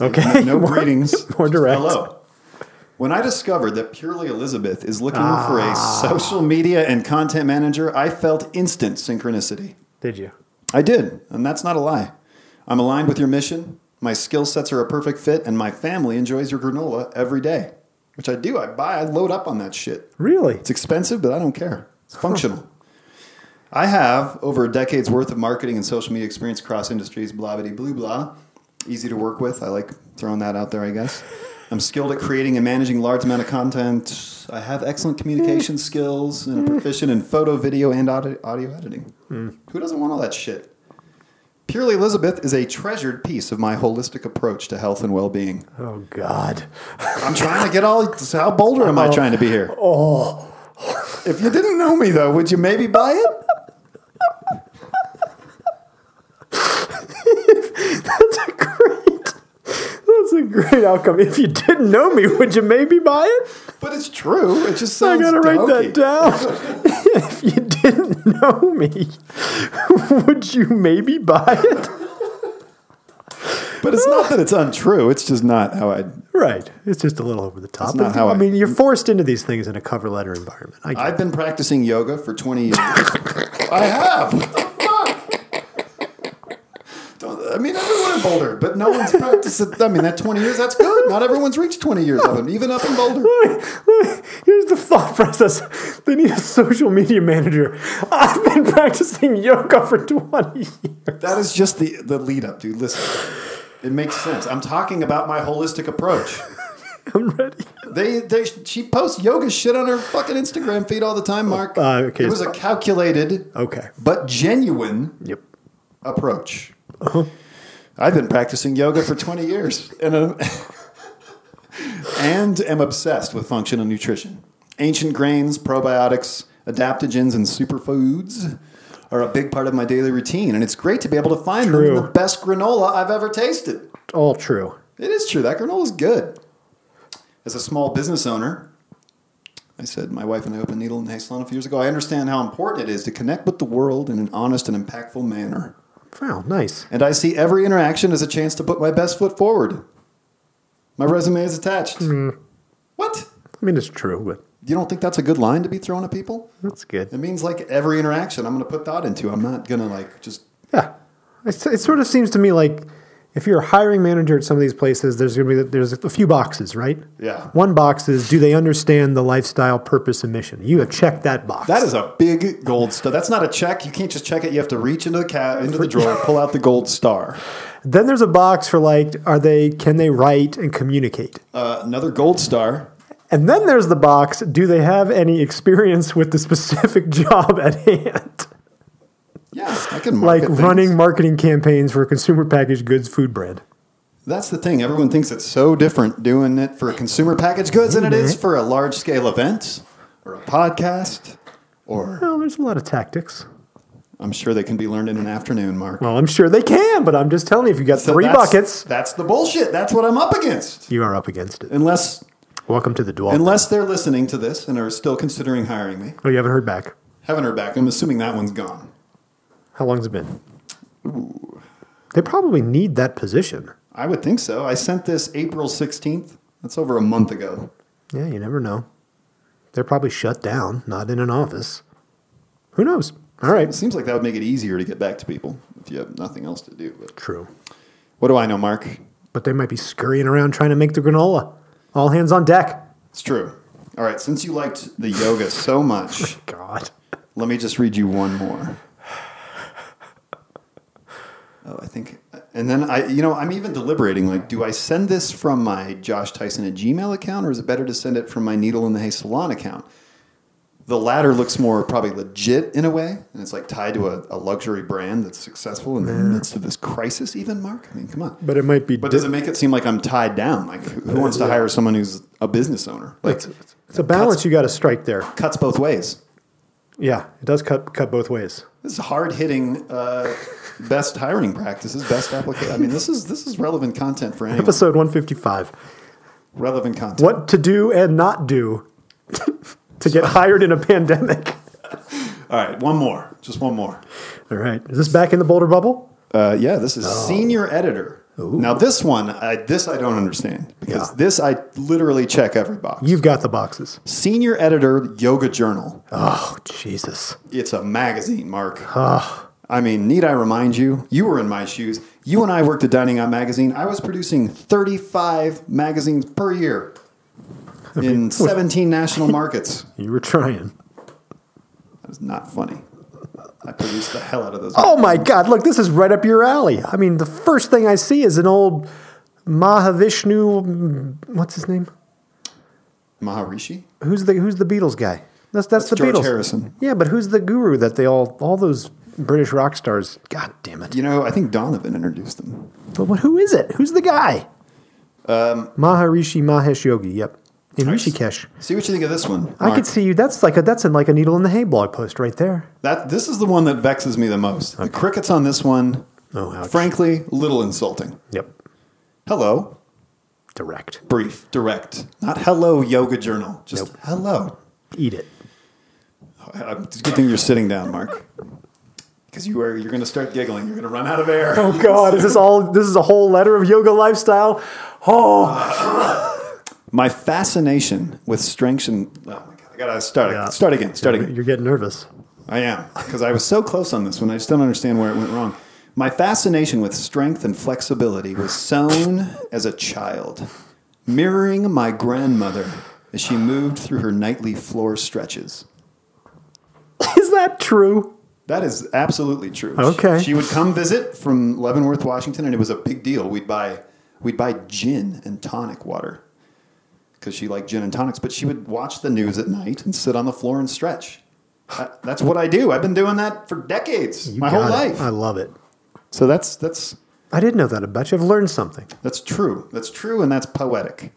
Speaker 1: Okay,
Speaker 2: No
Speaker 1: more-
Speaker 2: greetings.
Speaker 1: more direct.
Speaker 2: Hello. When I discovered that Purely Elizabeth is looking for a
Speaker 1: Ah.
Speaker 2: social media and content manager, I felt instant synchronicity.
Speaker 1: Did you?
Speaker 2: I did, and that's not a lie. I'm aligned with your mission. My skill sets are a perfect fit, and my family enjoys your granola every day, which I do. I buy, I load up on that shit.
Speaker 1: Really?
Speaker 2: It's expensive, but I don't care. It's functional. I have over a decade's worth of marketing and social media experience across industries, blah, blah, blah, blah. Easy to work with. I like throwing that out there, I guess. I'm skilled at creating and managing large amount of content. I have excellent communication skills and am proficient in photo, video, and audio, audio editing. Who doesn't want all that shit? Purely Elizabeth is a treasured piece of my holistic approach to health and well-being.
Speaker 1: Oh God.
Speaker 2: I'm trying to get all. How bolder am I trying to be here? Oh. If you didn't know me, though, would you maybe buy it?
Speaker 1: That's a great. That's a great outcome. If you didn't know me, would you maybe buy it?
Speaker 2: But it's true. It just
Speaker 1: I
Speaker 2: sounds.
Speaker 1: gotta write that
Speaker 2: dokey.
Speaker 1: down. if you didn't know me, would you maybe buy it?
Speaker 2: But it's not that it's untrue. It's just not how I.
Speaker 1: Right. It's just a little over the top.
Speaker 2: That's not
Speaker 1: It's-
Speaker 2: how
Speaker 1: I
Speaker 2: I-
Speaker 1: mean, you're forced into these things in a cover letter environment. I get
Speaker 2: I've been practicing yoga for 20 years. I have. What the I mean, everyone in Boulder, but no one's practiced. it. I mean, that 20 years, that's good. Not everyone's reached 20 years of them, even up in Boulder.
Speaker 1: Here's the thought process. They need a social media manager. I've been practicing yoga for 20 years.
Speaker 2: That is just the, the lead up, dude. Listen, it makes sense. I'm talking about my holistic approach.
Speaker 1: I'm ready.
Speaker 2: They, they she posts yoga shit on her fucking Instagram feed all the time, Mark.
Speaker 1: Uh, okay.
Speaker 2: It was a calculated
Speaker 1: Okay.
Speaker 2: but genuine
Speaker 1: Yep.
Speaker 2: approach.
Speaker 1: Uh-huh.
Speaker 2: I've been practicing yoga for 20 years and, I'm- and am obsessed with functional nutrition. Ancient grains, probiotics, adaptogens, and superfoods are a big part of my daily routine, and it's great to be able to find them in
Speaker 1: True.
Speaker 2: the best granola I've ever tasted.
Speaker 1: All true.
Speaker 2: It is true. That granola is good. As a small business owner, I said my wife and I opened Needle and Hay Salon a few years ago. I understand how important it is to connect with the world in an honest and impactful manner.
Speaker 1: Wow, nice.
Speaker 2: And I see every interaction as a chance to put my best foot forward. My resume is attached. What?
Speaker 1: I mean, it's true, but
Speaker 2: You don't think that's a good line to be thrown at people?
Speaker 1: that's
Speaker 2: It
Speaker 1: good.
Speaker 2: means like every interaction I'm going to put thought into. I'm not going to like just.
Speaker 1: Yeah. It's, it sort of seems to me like if you're a hiring manager at some of these places, there's going to be there's a few boxes, right?
Speaker 2: Yeah.
Speaker 1: One box is do they understand the lifestyle, purpose, and mission? You have checked that box.
Speaker 2: That is a big gold star. That's not a check. You can't just check it. You have to reach into the cat into the drawer, pull out the gold star.
Speaker 1: Then there's a box for like, are they can they write and communicate?
Speaker 2: Uh, another gold star.
Speaker 1: And then there's the box, do they have any experience with the specific job at hand?
Speaker 2: Yeah, I can
Speaker 1: Like
Speaker 2: market things.
Speaker 1: running marketing campaigns for a consumer packaged goods food brand.
Speaker 2: That's the thing. Everyone thinks it's so different doing it for consumer packaged goods than it is
Speaker 1: Mm-hmm.
Speaker 2: for a large scale event or a podcast. Or
Speaker 1: Well, there's a lot of tactics.
Speaker 2: I'm sure they can be learned in an afternoon, Mark.
Speaker 1: Well, I'm sure they can, but I'm just telling you, if you got
Speaker 2: So
Speaker 1: three
Speaker 2: that's-
Speaker 1: buckets,
Speaker 2: That's the bullshit. That's what I'm up against.
Speaker 1: you are up against it.
Speaker 2: Unless
Speaker 1: Welcome to the duel.
Speaker 2: unless they're listening to this and are still considering hiring me.
Speaker 1: oh, you haven't heard back.
Speaker 2: Haven't heard back. I'm assuming that one's gone.
Speaker 1: How long's it been? They probably need that position.
Speaker 2: I would think so. I sent this April 16th. That's over a month ago.
Speaker 1: Yeah, you never know. They're probably shut down, not in an office. Who knows? All
Speaker 2: It
Speaker 1: right.
Speaker 2: seems like that would make it easier to get back to people if you have nothing else to do. But
Speaker 1: True.
Speaker 2: what do I know, Mark?
Speaker 1: But they might be scurrying around trying to make the granola. All hands on deck.
Speaker 2: It's true. All right, since you liked the yoga so much,
Speaker 1: God.
Speaker 2: let me just read you one more. Oh, I think, and then I, you know, I'm even deliberating like, do I send this from my Josh Tyson at Gmail account, or is it better to send it from my Needle in the Hay Salon account? The latter looks more probably legit in a way, and it's like tied to a, a luxury brand that's successful in the midst of this crisis. Even Mark, I mean, come on.
Speaker 1: But it might be.
Speaker 2: But does it make it seem like I'm tied down? Like, who wants to hire someone who's a business owner? Like,
Speaker 1: it's, it's a balance you got to strike there.
Speaker 2: cuts both ways.
Speaker 1: Yeah, it does cut cut both ways.
Speaker 2: This is hard hitting. Uh, best hiring practices, best application. I mean, this is this is relevant content for anyone.
Speaker 1: Episode 155.
Speaker 2: Relevant content.
Speaker 1: What to do and not do to get hired in a pandemic.
Speaker 2: All right, one more, just one more.
Speaker 1: All right. Is this back in the Boulder bubble?
Speaker 2: Uh, yeah, this is
Speaker 1: Oh.
Speaker 2: senior editor. Now this one, I, this I don't understand because
Speaker 1: Yeah.
Speaker 2: this I literally check every box.
Speaker 1: You've got the boxes.
Speaker 2: senior editor, Yoga Journal.
Speaker 1: Oh, Jesus. Ah,
Speaker 2: It's a magazine, Mark. I mean, need I remind you? You were in my shoes. You and I worked at Dining Out Magazine. I was producing 35 magazines per year in 17 national markets.
Speaker 1: You were trying.
Speaker 2: That is not funny. I produced the hell out of those.
Speaker 1: Oh my God! Look, this is right up your alley. I mean, the first thing I see is an old Mahavishnu. mm, What's his name?
Speaker 2: Maharishi?
Speaker 1: Who's the Who's the Beatles guy? That's that's, the
Speaker 2: George
Speaker 1: Beatles.
Speaker 2: Harrison.
Speaker 1: Yeah, but who's the guru that they all all those British rock stars? God damn it!
Speaker 2: You know, I think Donovan introduced them.
Speaker 1: But what, who is it? Who's the guy? Um, Maharishi Mahesh Yogi. Yep, in Rishikesh.
Speaker 2: See what you think of this one.
Speaker 1: I
Speaker 2: Mark.
Speaker 1: could see you. That's like a that's in like a needle in the hay blog post right there.
Speaker 2: that. This is the one that vexes me the most. The crickets on this one,
Speaker 1: Oh, ouch.
Speaker 2: frankly, a little insulting.
Speaker 1: Yep,
Speaker 2: Hello,
Speaker 1: direct.
Speaker 2: brief, direct. Not hello, yoga journal. Just
Speaker 1: Nope.
Speaker 2: hello.
Speaker 1: Eat it.
Speaker 2: I- I'm- Uh, It's a good thing you're sitting down, Mark. Because you are, you're going to start giggling. You're going to run out of air.
Speaker 1: Oh God! Is this all? This is a whole letter of yoga lifestyle. Oh.
Speaker 2: My fascination with strength and oh my god, I gotta start.
Speaker 1: Yeah.
Speaker 2: Start again. Start again.
Speaker 1: You're getting nervous.
Speaker 2: I am because I was so close on this one. I just don't understand where it went wrong. My fascination with strength and flexibility was sown as a child, mirroring my grandmother as she moved through her nightly floor stretches.
Speaker 1: Is that true?
Speaker 2: That is absolutely true.
Speaker 1: Okay.
Speaker 2: She, she would come visit from Leavenworth, Washington, and it was a big deal. We'd buy we'd buy gin and tonic water because she liked gin and tonics. But she would watch the news at night and sit on the floor and stretch. That- that's what I do. I've been doing that for decades,
Speaker 1: You
Speaker 2: my whole
Speaker 1: got it.
Speaker 2: life.
Speaker 1: I love it.
Speaker 2: so that's that's
Speaker 1: I didn't know that about you. I've learned something.
Speaker 2: that's true. That's true, and that's poetic.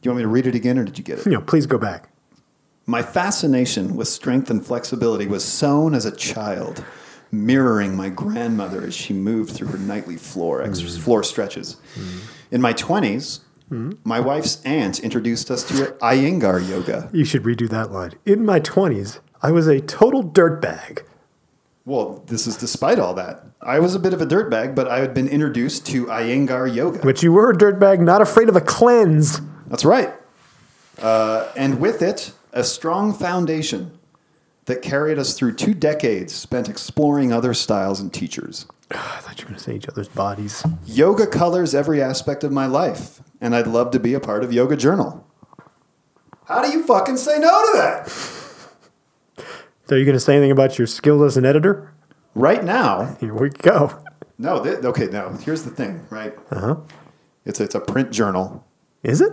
Speaker 2: Do you want me to read it again, or did you get it?
Speaker 1: You know, please go back.
Speaker 2: My fascination with strength and flexibility was sown as a child, mirroring my grandmother as she moved through her nightly floor ex- floor stretches. In my 20s, my wife's aunt introduced us to Iyengar yoga.
Speaker 1: You should redo that line. In my 20s, I was a total dirtbag.
Speaker 2: Well, this is despite all that. I was a bit of a dirtbag, but I had been introduced to Iyengar yoga.
Speaker 1: But you were a dirtbag, not afraid of a cleanse.
Speaker 2: That's right. Uh, and with it, a strong foundation that carried us through two decades spent exploring other styles and teachers.
Speaker 1: I thought you were going to say each other's bodies.
Speaker 2: Yoga colors every aspect of my life, and I'd love to be a part of Yoga Journal. How do you fucking say no to that?
Speaker 1: So, are you going to say anything about your skill as an editor?
Speaker 2: Right now,
Speaker 1: Here we go.
Speaker 2: no. Th- okay, no. Here's the thing, right?
Speaker 1: Uh huh.
Speaker 2: It's it's a print journal.
Speaker 1: Is it?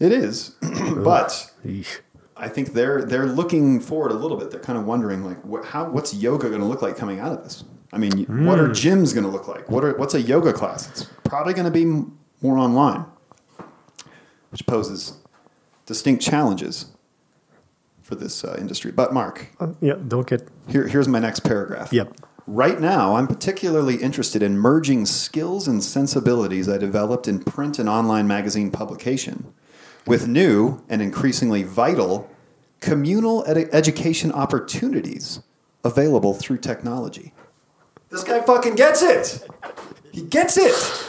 Speaker 2: It is, but
Speaker 1: Yeesh.
Speaker 2: I think they're they're looking forward a little bit. They're kind of wondering like what, how what's yoga going to look like coming out of this? I mean, what are gyms going to look like? What are what's a yoga class? It's probably going to be m- more online, which poses distinct challenges for this uh, industry. But Mark,
Speaker 1: Uh, yeah, don't get.
Speaker 2: here, here's my next paragraph.
Speaker 1: Yep.
Speaker 2: Right now, I'm particularly interested in merging skills and sensibilities I developed in print and online magazine publication with new and increasingly vital communal ed- education opportunities available through technology. This guy fucking gets it. He gets it.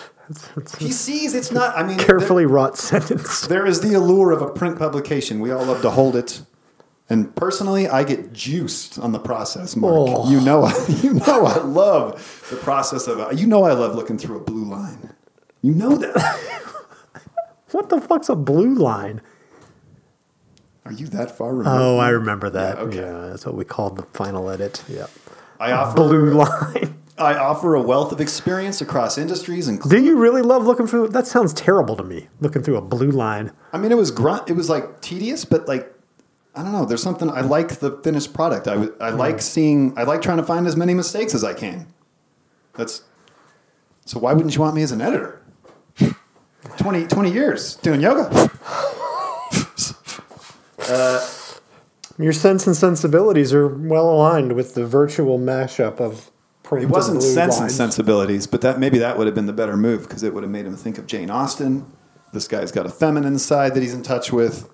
Speaker 2: He sees it's not, I mean, there-
Speaker 1: Carefully wrought sentence.
Speaker 2: there is the allure of a print publication. We all love to hold it. And personally, I get juiced on the process, Mark.
Speaker 1: Oh.
Speaker 2: You know, I, you know, I love the process of. You know, I love looking through a blue line. You know that.
Speaker 1: What the fuck's a blue line?
Speaker 2: Are you that far removed?
Speaker 1: Oh, I remember that.
Speaker 2: Yeah, okay.
Speaker 1: yeah that's what we called the final edit. Yeah.
Speaker 2: I offer
Speaker 1: Blue line.
Speaker 2: I offer a wealth of experience across industries, and
Speaker 1: Do you really love looking through? That sounds terrible to me. Looking through a blue line.
Speaker 2: I mean, it was grunt. It was like tedious, but like I don't know. There's something I like the finished product. I, w- I like seeing. I like trying to find as many mistakes as I can. That's so. Why wouldn't you want me as an editor? 20, 20 years doing yoga.
Speaker 1: Your sense and sensibilities are well aligned with the virtual mashup of print.
Speaker 2: It wasn't
Speaker 1: and blue
Speaker 2: sense and
Speaker 1: lines.
Speaker 2: sensibilities, but that maybe that would have been the better move because it would have made him think of Jane Austen. This guy's got a feminine side that he's in touch with.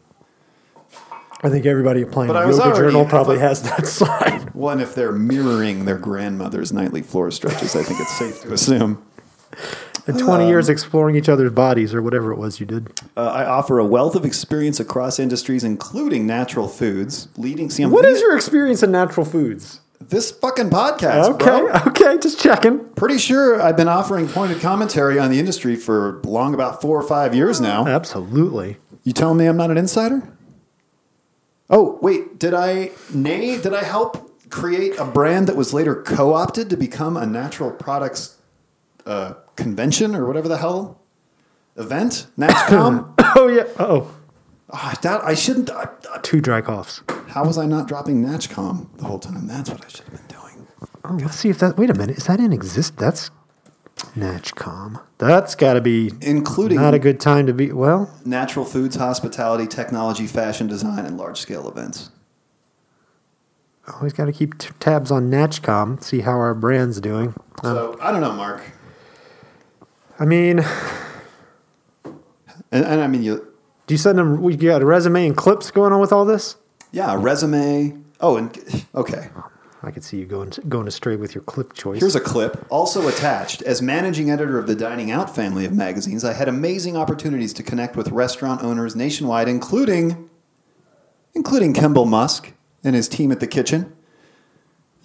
Speaker 1: I think everybody applying
Speaker 2: But I
Speaker 1: a
Speaker 2: was
Speaker 1: yoga
Speaker 2: already-
Speaker 1: journal probably has that sign.
Speaker 2: Well, and if they're mirroring their grandmother's nightly floor stretches, I think it's safe to assume.
Speaker 1: And 20 years exploring each other's bodies or whatever it was you did.
Speaker 2: Uh, I offer a wealth of experience across industries, including natural foods, leading. See, I'm
Speaker 1: What
Speaker 2: lead-
Speaker 1: is your experience in natural foods?
Speaker 2: this fucking podcast?
Speaker 1: Okay,
Speaker 2: bro?
Speaker 1: okay, just checking.
Speaker 2: Pretty sure I've been offering pointed commentary on the industry for long about four or five years now.
Speaker 1: Absolutely.
Speaker 2: You telling me I'm not an insider? Oh wait, did I? Nay, did I help create a brand that was later co-opted to become a natural products uh, convention or whatever the hell event? NatCom.
Speaker 1: Oh yeah. Oh,
Speaker 2: Ah, that I shouldn't. I, I-
Speaker 1: two dry coughs.
Speaker 2: How was I not dropping Natchcom the whole time? That's what I should have been doing.
Speaker 1: Oh, let's see if that. Wait a minute. Is that in exist? That's Natchcom. That's got to be
Speaker 2: Including
Speaker 1: not a good time to be. Well,
Speaker 2: natural foods, hospitality, technology, fashion design, and large scale events.
Speaker 1: always got to keep t- tabs on Natchcom. See how our brand's doing.
Speaker 2: So I don't know, Mark.
Speaker 1: I mean, do
Speaker 2: And, and I mean, you,
Speaker 1: you send them? We got a resume and clips going on with all this.
Speaker 2: yeah, resume. Oh, and okay.
Speaker 1: I could see you going going astray with your clip choice.
Speaker 2: Here's a clip, also attached. As managing editor of the Dining Out family of magazines, I had amazing opportunities to connect with restaurant owners nationwide, including including Kemble Musk and his team at the kitchen.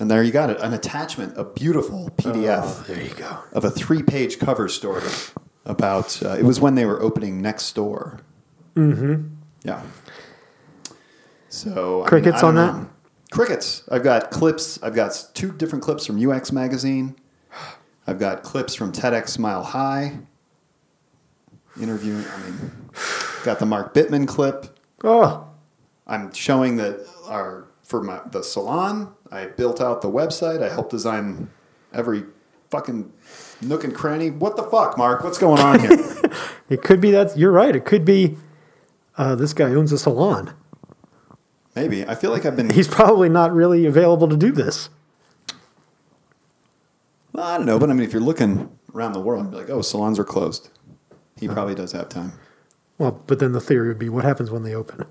Speaker 2: And there you got it. An attachment, a beautiful PDF
Speaker 1: There you go.
Speaker 2: of a three page cover story about uh, it was when they were opening next door. Mm-hmm. Yeah. So I mean,
Speaker 1: Crickets
Speaker 2: I don't
Speaker 1: on that?
Speaker 2: know. Crickets. I've got clips. I've got s- two different clips from UX magazine. I've got clips from TEDx Mile High. Interviewing. I mean, got the Mark Bittman clip.
Speaker 1: Oh,
Speaker 2: I'm showing that our for my the salon. I built out the website. I helped design every fucking nook and cranny. What the fuck, Mark? What's going on here?
Speaker 1: it could be that. You're right. It could be uh, this guy owns a salon.
Speaker 2: Maybe I feel like I've been.
Speaker 1: He's probably not really available to do this.
Speaker 2: Well, I don't know, but I mean, if you're looking around the world, you're like, oh, salons are closed. He probably does have time.
Speaker 1: Well, but then the theory would be what happens when they open?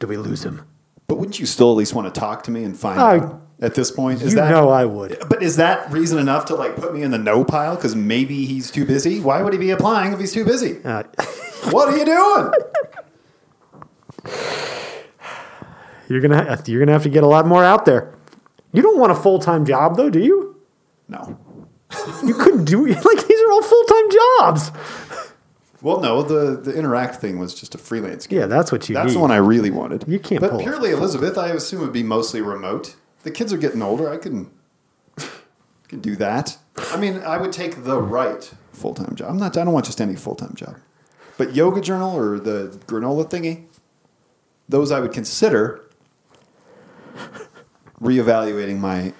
Speaker 1: Do we lose him?
Speaker 2: But wouldn't you still at least want to talk to me and find
Speaker 1: I-
Speaker 2: out at this point? Is
Speaker 1: you
Speaker 2: that
Speaker 1: know I would.
Speaker 2: But is that reason enough to like put me in the no pile? Because maybe he's too busy. Why would he be applying if he's too busy?
Speaker 1: Uh,
Speaker 2: What are you doing?
Speaker 1: you're gonna you're gonna have to get a lot more out there. You don't want a full time job though, do you?
Speaker 2: No.
Speaker 1: You couldn't do like these are all full time jobs.
Speaker 2: Well, no, the the interact thing was just a freelance gig.
Speaker 1: Yeah, that's what you
Speaker 2: That's
Speaker 1: need.
Speaker 2: the one I really wanted.
Speaker 1: You can't
Speaker 2: But
Speaker 1: pull it.
Speaker 2: purely Elizabeth, I assume would be mostly remote. The kids are getting older. I can can do that. I mean, I would take the right full time job. I'm not. I don't want just any full time job. But yoga journal or the granola thingy, those I would consider reevaluating my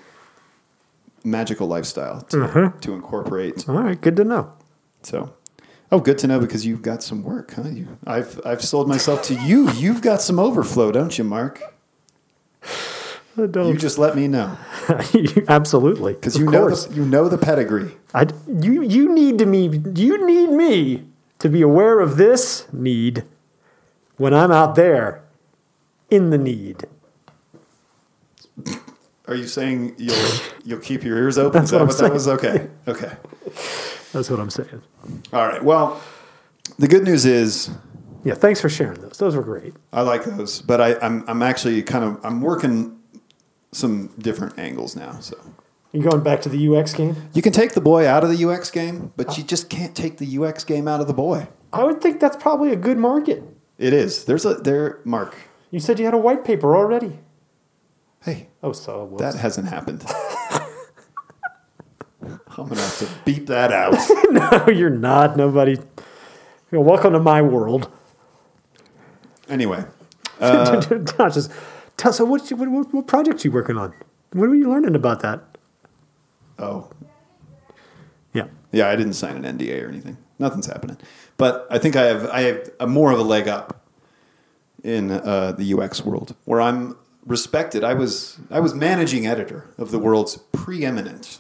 Speaker 2: magical lifestyle to,
Speaker 1: Mm-hmm.
Speaker 2: to incorporate
Speaker 1: all right, good to know.
Speaker 2: so, oh, good to know because you've got some work, huh? You, I've I've sold myself to you. You've got some overflow, don't you, Mark?
Speaker 1: I don't-
Speaker 2: You just let me know
Speaker 1: You- absolutely
Speaker 2: because
Speaker 1: Oh. Of
Speaker 2: you know
Speaker 1: course.
Speaker 2: the, you know the pedigree.
Speaker 1: I, you you need to me you need me to be aware of this need when I'm out there in the need.
Speaker 2: Are you saying you'll you'll keep your ears open? Is
Speaker 1: That's what I'm
Speaker 2: that was okay. Okay.
Speaker 1: That's what I'm saying.
Speaker 2: All right. Well, the good news is
Speaker 1: Yeah, thanks for sharing those. Those were great.
Speaker 2: I like those, but I, I'm I'm actually kind of I'm working some different angles now. So
Speaker 1: You going back to the UX game?
Speaker 2: you can take the boy out of the UX game, but you just can't take the UX game out of the boy.
Speaker 1: I would think that's probably a good market.
Speaker 2: It is. There's a there, Mark.
Speaker 1: You said you had a white paper already.
Speaker 2: Hey,
Speaker 1: Oh, so whoops.
Speaker 2: That hasn't happened. I'm gonna have to beep that out.
Speaker 1: no, you're not. Nobody. You know, welcome to my world.
Speaker 2: Anyway,
Speaker 1: Not just tell. So, what, you- what, what what project you working on? What are you learning about that?
Speaker 2: oh
Speaker 1: Yeah.
Speaker 2: yeah, I didn't sign an NDA or anything. Nothing's happening. But I think I have I have a more of a leg up in uh, the UX world where I'm respected. I was I was managing editor of the world's preeminent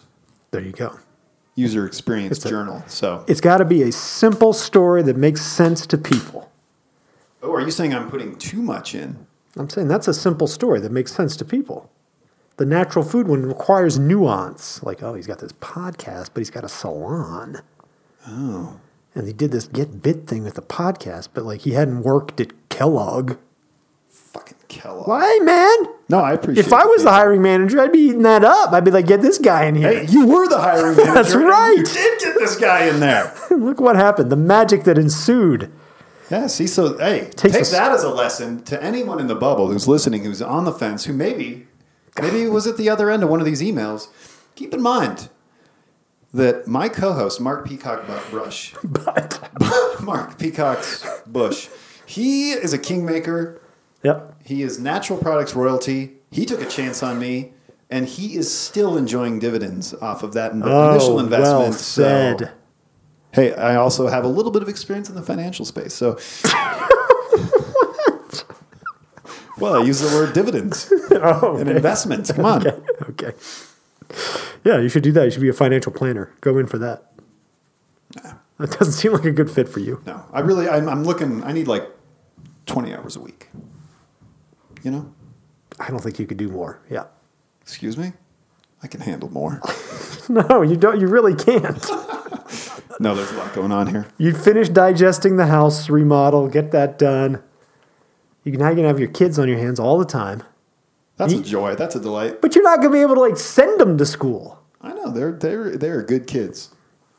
Speaker 1: There you go.
Speaker 2: user experience
Speaker 1: a-
Speaker 2: journal. So,
Speaker 1: It's got to be a simple story that makes sense to people.
Speaker 2: oh, are you saying I'm putting too much in?
Speaker 1: I'm saying that's a simple story that makes sense to people. The natural food one requires nuance. Like, oh, he's got this podcast, but he's got a salon.
Speaker 2: Oh,
Speaker 1: And he did this get bit thing with the podcast, but like he hadn't worked at Kellogg.
Speaker 2: fucking Kellogg.
Speaker 1: Well, hey, man,
Speaker 2: No, I appreciate.
Speaker 1: if I was
Speaker 2: the
Speaker 1: the hiring manager, I'd be eating that up. I'd be like, get this guy in here.
Speaker 2: Hey, you were the hiring manager.
Speaker 1: That's
Speaker 2: and
Speaker 1: right.
Speaker 2: You did get this guy in there.
Speaker 1: Look what happened. The magic that ensued.
Speaker 2: Yeah, see, so hey,
Speaker 1: Takes
Speaker 2: take
Speaker 1: a-
Speaker 2: that as a lesson to anyone in the bubble who's listening, who's on the fence, who maybe maybe was at the other end of one of these emails. Keep in mind that my co-host Mark Peacock Bu- Brush,
Speaker 1: But,
Speaker 2: Mark Peacock's Bush, he is a kingmaker.
Speaker 1: yep.
Speaker 2: He is natural products royalty. He took a chance on me, and he is still enjoying dividends off of that in-
Speaker 1: Oh,
Speaker 2: initial investment.
Speaker 1: well
Speaker 2: so-
Speaker 1: said.
Speaker 2: Hey, I also have a little bit of experience in the financial space. So, well, I use the word dividends
Speaker 1: Oh,
Speaker 2: and investments. Come on.
Speaker 1: okay. okay. Yeah, you should do that. You should be a financial planner. Go in for that. That doesn't seem like a good fit for you.
Speaker 2: No, I really, I'm, I'm looking, I need like 20 hours a week. You know?
Speaker 1: I don't think you could do more. Yeah.
Speaker 2: Excuse me? I can handle more.
Speaker 1: No, you don't. You really can't.
Speaker 2: No, there's a lot going on here.
Speaker 1: You finish digesting the house remodel, get that done. You can, now you can have your kids on your hands all the time.
Speaker 2: That's a joy. That's a delight.
Speaker 1: But you're not going to be able to like send them to school.
Speaker 2: I know they're they're they're good kids.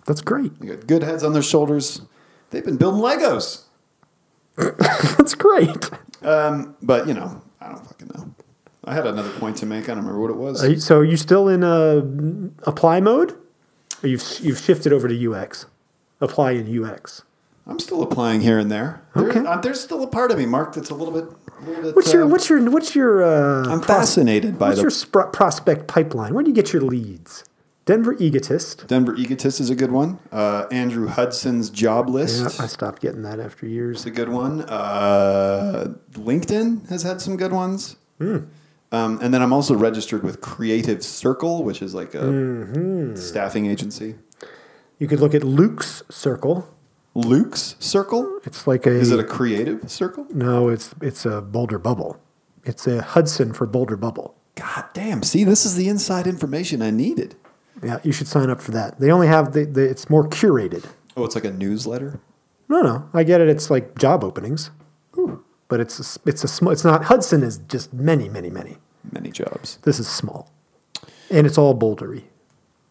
Speaker 1: That's great.
Speaker 2: They got good heads on their shoulders. They've been building Legos.
Speaker 1: That's great.
Speaker 2: Um, but you know, I don't fucking know. I had another point to make. I don't remember what it was.
Speaker 1: Are you- so are you still in uh, apply mode? Or you've you've shifted over to UX, apply in UX.
Speaker 2: I'm still applying here and there. There-
Speaker 1: Okay.
Speaker 2: uh, there's still a part of me, Mark, that's a little bit. A little bit
Speaker 1: What's your
Speaker 2: uh,
Speaker 1: what's your what's your uh,
Speaker 2: I'm fascinated by
Speaker 1: what's
Speaker 2: the
Speaker 1: your spro- prospect pipeline? Where do you get your leads? Denver Egotist.
Speaker 2: Denver Egotist is a good one. Uh, Andrew Hudson's job
Speaker 1: Yeah,
Speaker 2: list
Speaker 1: I stopped getting that after years.
Speaker 2: is a good one. Uh, LinkedIn has had some good ones.
Speaker 1: Hmm.
Speaker 2: Um, and then I'm also registered with Creative Circle, which is like a
Speaker 1: Mm-hmm.
Speaker 2: staffing agency.
Speaker 1: You could look at Luke's circle.
Speaker 2: Luke's Circle
Speaker 1: It's like a,
Speaker 2: is it a creative circle?
Speaker 1: no, it's it's a Boulder Bubble. It's a Hudson for Boulder Bubble.
Speaker 2: God damn! See, this is the inside information I needed.
Speaker 1: Yeah, you should sign up for that. They only have the, the it's more curated.
Speaker 2: Oh, it's like a newsletter.
Speaker 1: No, no, I get it. It's like job openings, but it's a, s- it's a small. It's not Hudson is just many, many, many.
Speaker 2: Many jobs.
Speaker 1: This is small, and it's all Bouldery.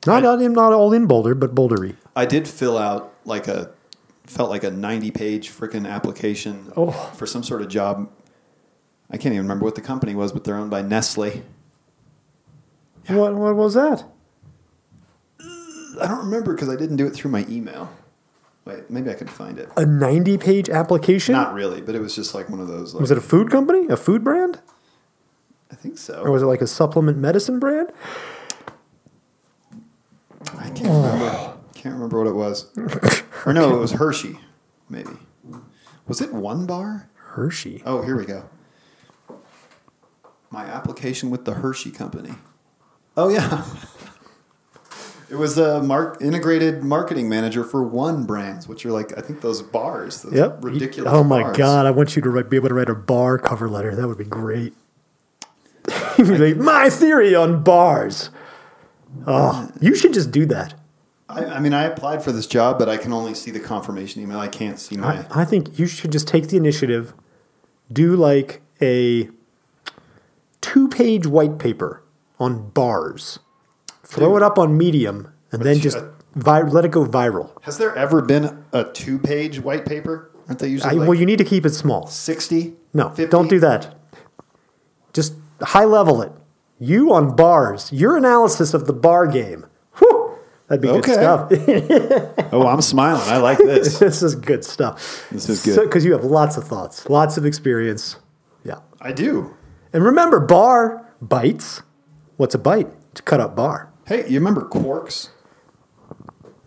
Speaker 1: Not not, not all in Boulder, but Bouldery.
Speaker 2: I did fill out like a felt like a ninety page freaking application
Speaker 1: Oh.
Speaker 2: for some sort of job. I can't even remember what the company was, but they're owned by Nestle.
Speaker 1: What what was that?
Speaker 2: I don't remember because I didn't do it through my email. Wait, maybe I can find it.
Speaker 1: A ninety-page application?
Speaker 2: Not really, but it was just like one of those. Like,
Speaker 1: was it a food company, a food brand,
Speaker 2: I think so.
Speaker 1: or was it like a supplement medicine brand?
Speaker 2: I can't remember. Can't remember what it was. or no, it was Hershey. Maybe. Was it one bar?
Speaker 1: Hershey.
Speaker 2: Oh, here we go. My application with the Hershey Company. Oh yeah. It was a mark integrated marketing manager for one brands, which are like I think those bars. Those
Speaker 1: Yep.
Speaker 2: Ridiculous.
Speaker 1: Oh my
Speaker 2: bars.
Speaker 1: God! I want you to write, be able to write a bar cover letter. That would be great. You'd be like, my theory on bars. Oh, you should just do that.
Speaker 2: I, I mean, I applied for this job, but I can only see the confirmation email. I can't see my.
Speaker 1: I, I think you should just take the initiative, do like a two-page white paper on bars, throw it up on Medium, and then
Speaker 2: you-
Speaker 1: just vi- let it go viral.
Speaker 2: Has there ever been a two-page white paper? Aren't they usually
Speaker 1: I,
Speaker 2: like
Speaker 1: well, you need to keep it small.
Speaker 2: sixty?
Speaker 1: No, don't do that. Just high level it. You on bars, your analysis of the bar game. Whew, that'd be good
Speaker 2: Okay.
Speaker 1: stuff.
Speaker 2: Oh, I'm smiling. I like this.
Speaker 1: this is good stuff.
Speaker 2: This is good.
Speaker 1: Because you have lots of thoughts, lots of experience. Yeah.
Speaker 2: I do.
Speaker 1: And remember, bar bites. What's a bite? It's a cut up bar.
Speaker 2: Hey, you remember Quarks?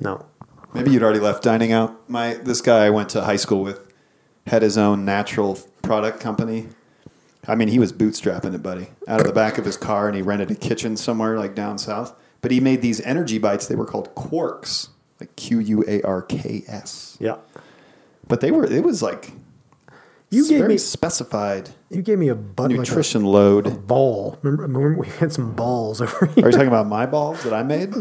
Speaker 1: No.
Speaker 2: Maybe you'd already left dining out. My this guy I went to high school with had his own natural product company. I mean, he was bootstrapping it, buddy, out of the back of his car, and he rented a kitchen somewhere like down south. But he made these energy bites. They were called Quarks, like Q U A R K S.
Speaker 1: Yeah.
Speaker 2: But they were. It was like
Speaker 1: You gave
Speaker 2: very
Speaker 1: me Oh
Speaker 2: specified
Speaker 1: you gave me a butt like
Speaker 2: nutrition load.
Speaker 1: a ball. Remember, remember we had some balls over
Speaker 2: Are
Speaker 1: here.
Speaker 2: you talking about my balls that I made?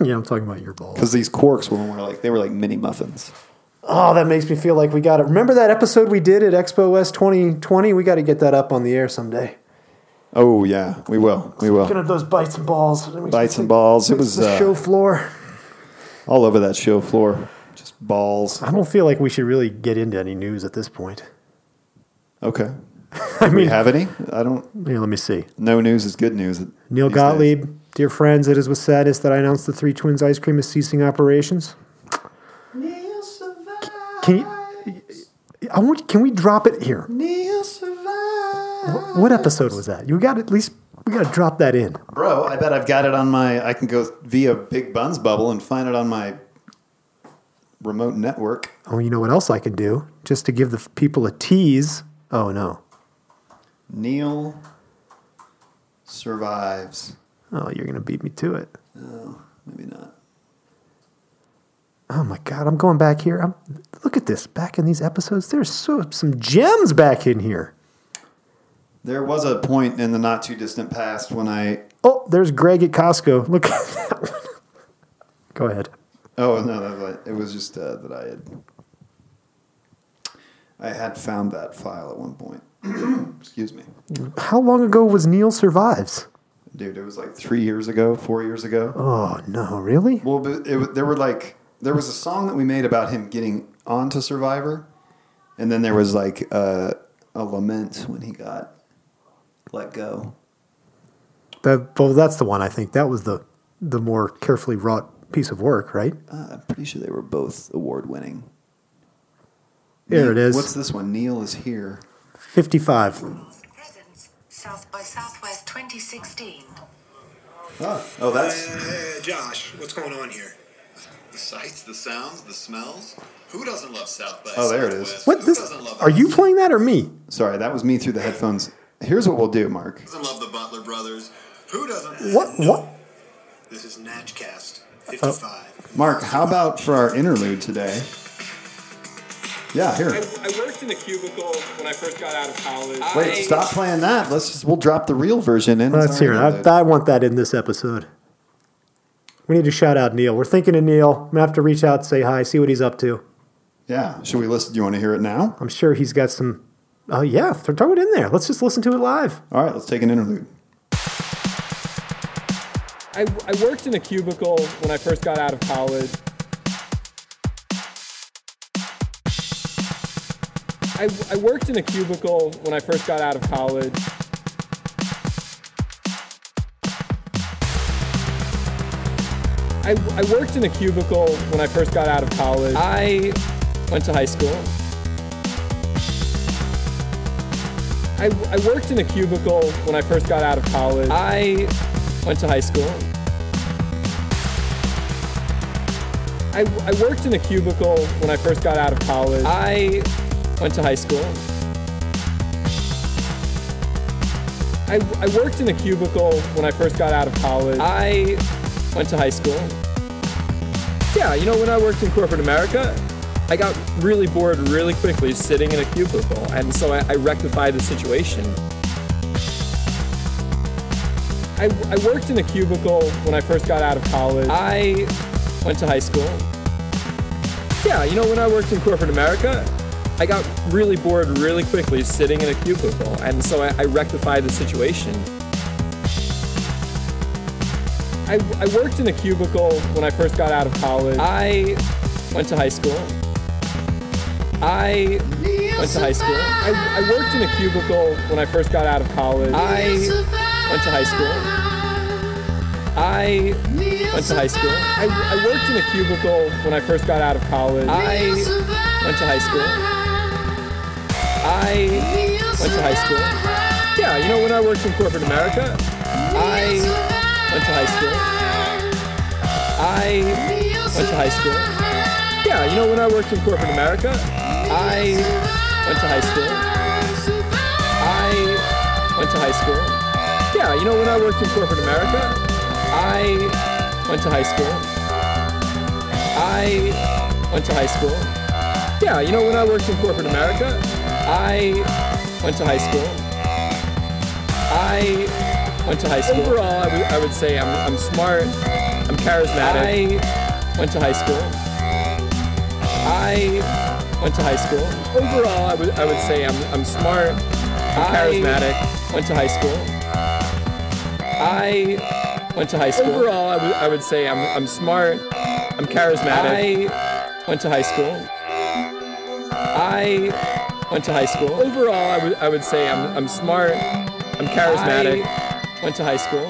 Speaker 1: yeah, I'm talking about your balls.
Speaker 2: Because these Quarks were, were like they were like mini muffins.
Speaker 1: Oh, that makes me feel like we got it. Remember that episode we did at Expo West 2020? We got to get that up on the air someday.
Speaker 2: Oh yeah, we will. We
Speaker 1: Looking
Speaker 2: will.
Speaker 1: at those bites and balls. It makes
Speaker 2: Bites
Speaker 1: me
Speaker 2: and
Speaker 1: think-
Speaker 2: balls. It
Speaker 1: makes
Speaker 2: was
Speaker 1: the
Speaker 2: uh,
Speaker 1: show floor.
Speaker 2: all over that show floor. Just balls.
Speaker 1: I don't feel like we should really get into any news at this point.
Speaker 2: Okay.
Speaker 1: I
Speaker 2: Do we
Speaker 1: mean,
Speaker 2: have any? I don't.
Speaker 1: here, let me see.
Speaker 2: No news is good news.
Speaker 1: Neil
Speaker 2: these days.
Speaker 1: Gottlieb, dear friends, it is with sadness that I announce the Three Twins ice cream is ceasing operations.
Speaker 2: Neil survives.
Speaker 1: Can you? I want. Can we drop it here?
Speaker 2: Neil survives.
Speaker 1: What episode was that? You got at least. We got to drop that in.
Speaker 2: Bro, I bet I've got it on my. I can go via Big Buns Bubble and find it on my remote network.
Speaker 1: Oh, you know what else I can do? Just to give the f- people a tease. Oh no.
Speaker 2: Neil survives.
Speaker 1: Oh, you're gonna beat me to it.
Speaker 2: No, maybe not.
Speaker 1: Oh my God, I'm going back here. I'm, look at this. Back in these episodes, there's so some gems back in here.
Speaker 2: There was a point in the not too distant past when I.
Speaker 1: Oh, there's Greg at Costco. Look at that one. Go ahead.
Speaker 2: Oh no, that was, it was just uh, that I had. I had found that file at one point. Excuse me.
Speaker 1: How long ago was Neil Survives?
Speaker 2: Dude, it was like three years ago, four years ago.
Speaker 1: Oh, no, really?
Speaker 2: Well, but it, wa- there were like, there was a song that we made about him getting onto Survivor. And then there was like uh, a lament when he got let go.
Speaker 1: That, well, that's the one I think. That was the, the more carefully wrought piece of work, right?
Speaker 2: Uh, I'm pretty sure they were both award winning.
Speaker 1: There it is.
Speaker 2: What's this one? Neil is here.
Speaker 1: 55.
Speaker 3: Presents South by Southwest 2016.
Speaker 2: Oh, oh that's
Speaker 4: Hey, Josh, what's going on here?
Speaker 5: The sights, the sounds, the smells. Who doesn't love South by
Speaker 2: Oh, there it
Speaker 5: Southwest?
Speaker 2: is.
Speaker 1: What?
Speaker 5: Who
Speaker 1: This,
Speaker 5: doesn't love
Speaker 1: are you playing that or me?
Speaker 2: sorry. That was me through the headphones. Here's what we'll do, Mark.
Speaker 5: Who doesn't love the Butler brothers? Who doesn't?
Speaker 1: What? Uh, What?
Speaker 4: This is Natchcast 55.
Speaker 2: Mark, how about for our interlude today? Yeah,
Speaker 6: I,
Speaker 2: here.
Speaker 6: I worked in a cubicle when I first got out of college.
Speaker 2: Wait,
Speaker 6: I-
Speaker 2: stop playing that. Let's just we'll drop the real version in.
Speaker 1: Let's hear it. I, I want that in this episode. We need to shout out Neil. We're thinking of Neil. I'm going to have to reach out, say hi, see what he's up to.
Speaker 2: yeah. Should we listen? Do you want to hear it now?
Speaker 1: I'm sure he's got some. Oh, yeah, th- throw it in there. Let's just listen to it live.
Speaker 2: All right, let's take an interlude.
Speaker 6: I, I worked in a cubicle when I first got out of college. I, I worked in a cubicle when I first got out of college. I, I worked in a cubicle when I first got out of college. I went to high school. I, I worked in a cubicle when I first got out of college. I went to high school. I, I worked in a cubicle when I first got out of college. I went to high school. I, I worked in a cubicle when I first got out of college. I went to high school. Yeah, you know, when I worked in corporate America, I got really bored really quickly sitting in a cubicle, and so I, I rectified the situation. I, I worked in a cubicle when I first got out of college. I went to high school. Yeah, you know, when I worked in corporate America, I got really bored really quickly sitting in a cubicle, and so I, I rectified the situation. I, I worked in a cubicle when I first got out of college. I went to high school. I went to high school. I, I worked in a cubicle when I first got out of college. I went to high school. I went to high school. I, I worked in a cubicle when I first got out of college. I went to high school. I went to high school. Yeah, you know, when I worked in corporate America, I went to high school. I went to high school. Yeah, you know, when I worked in corporate America, I went to high school. I went to high school. Yeah, you know, when I worked in corporate America, I went to high school. I went to high school. Yeah, you know, when I worked in corporate America, I went to high school. I went to high school. Overall, I would- I would say I'm, I'm smart, I'm charismatic. I went to high school. I went to high school. Overall, I would, I would say I'm, I'm smart, I'm charismatic. went to high school. I went to high school. Overall, I would, I would say I'm, I'm smart, I'm charismatic. I went to high school. I went to high school. Overall, I would, I would say I'm, I'm smart, I'm charismatic. went to high school.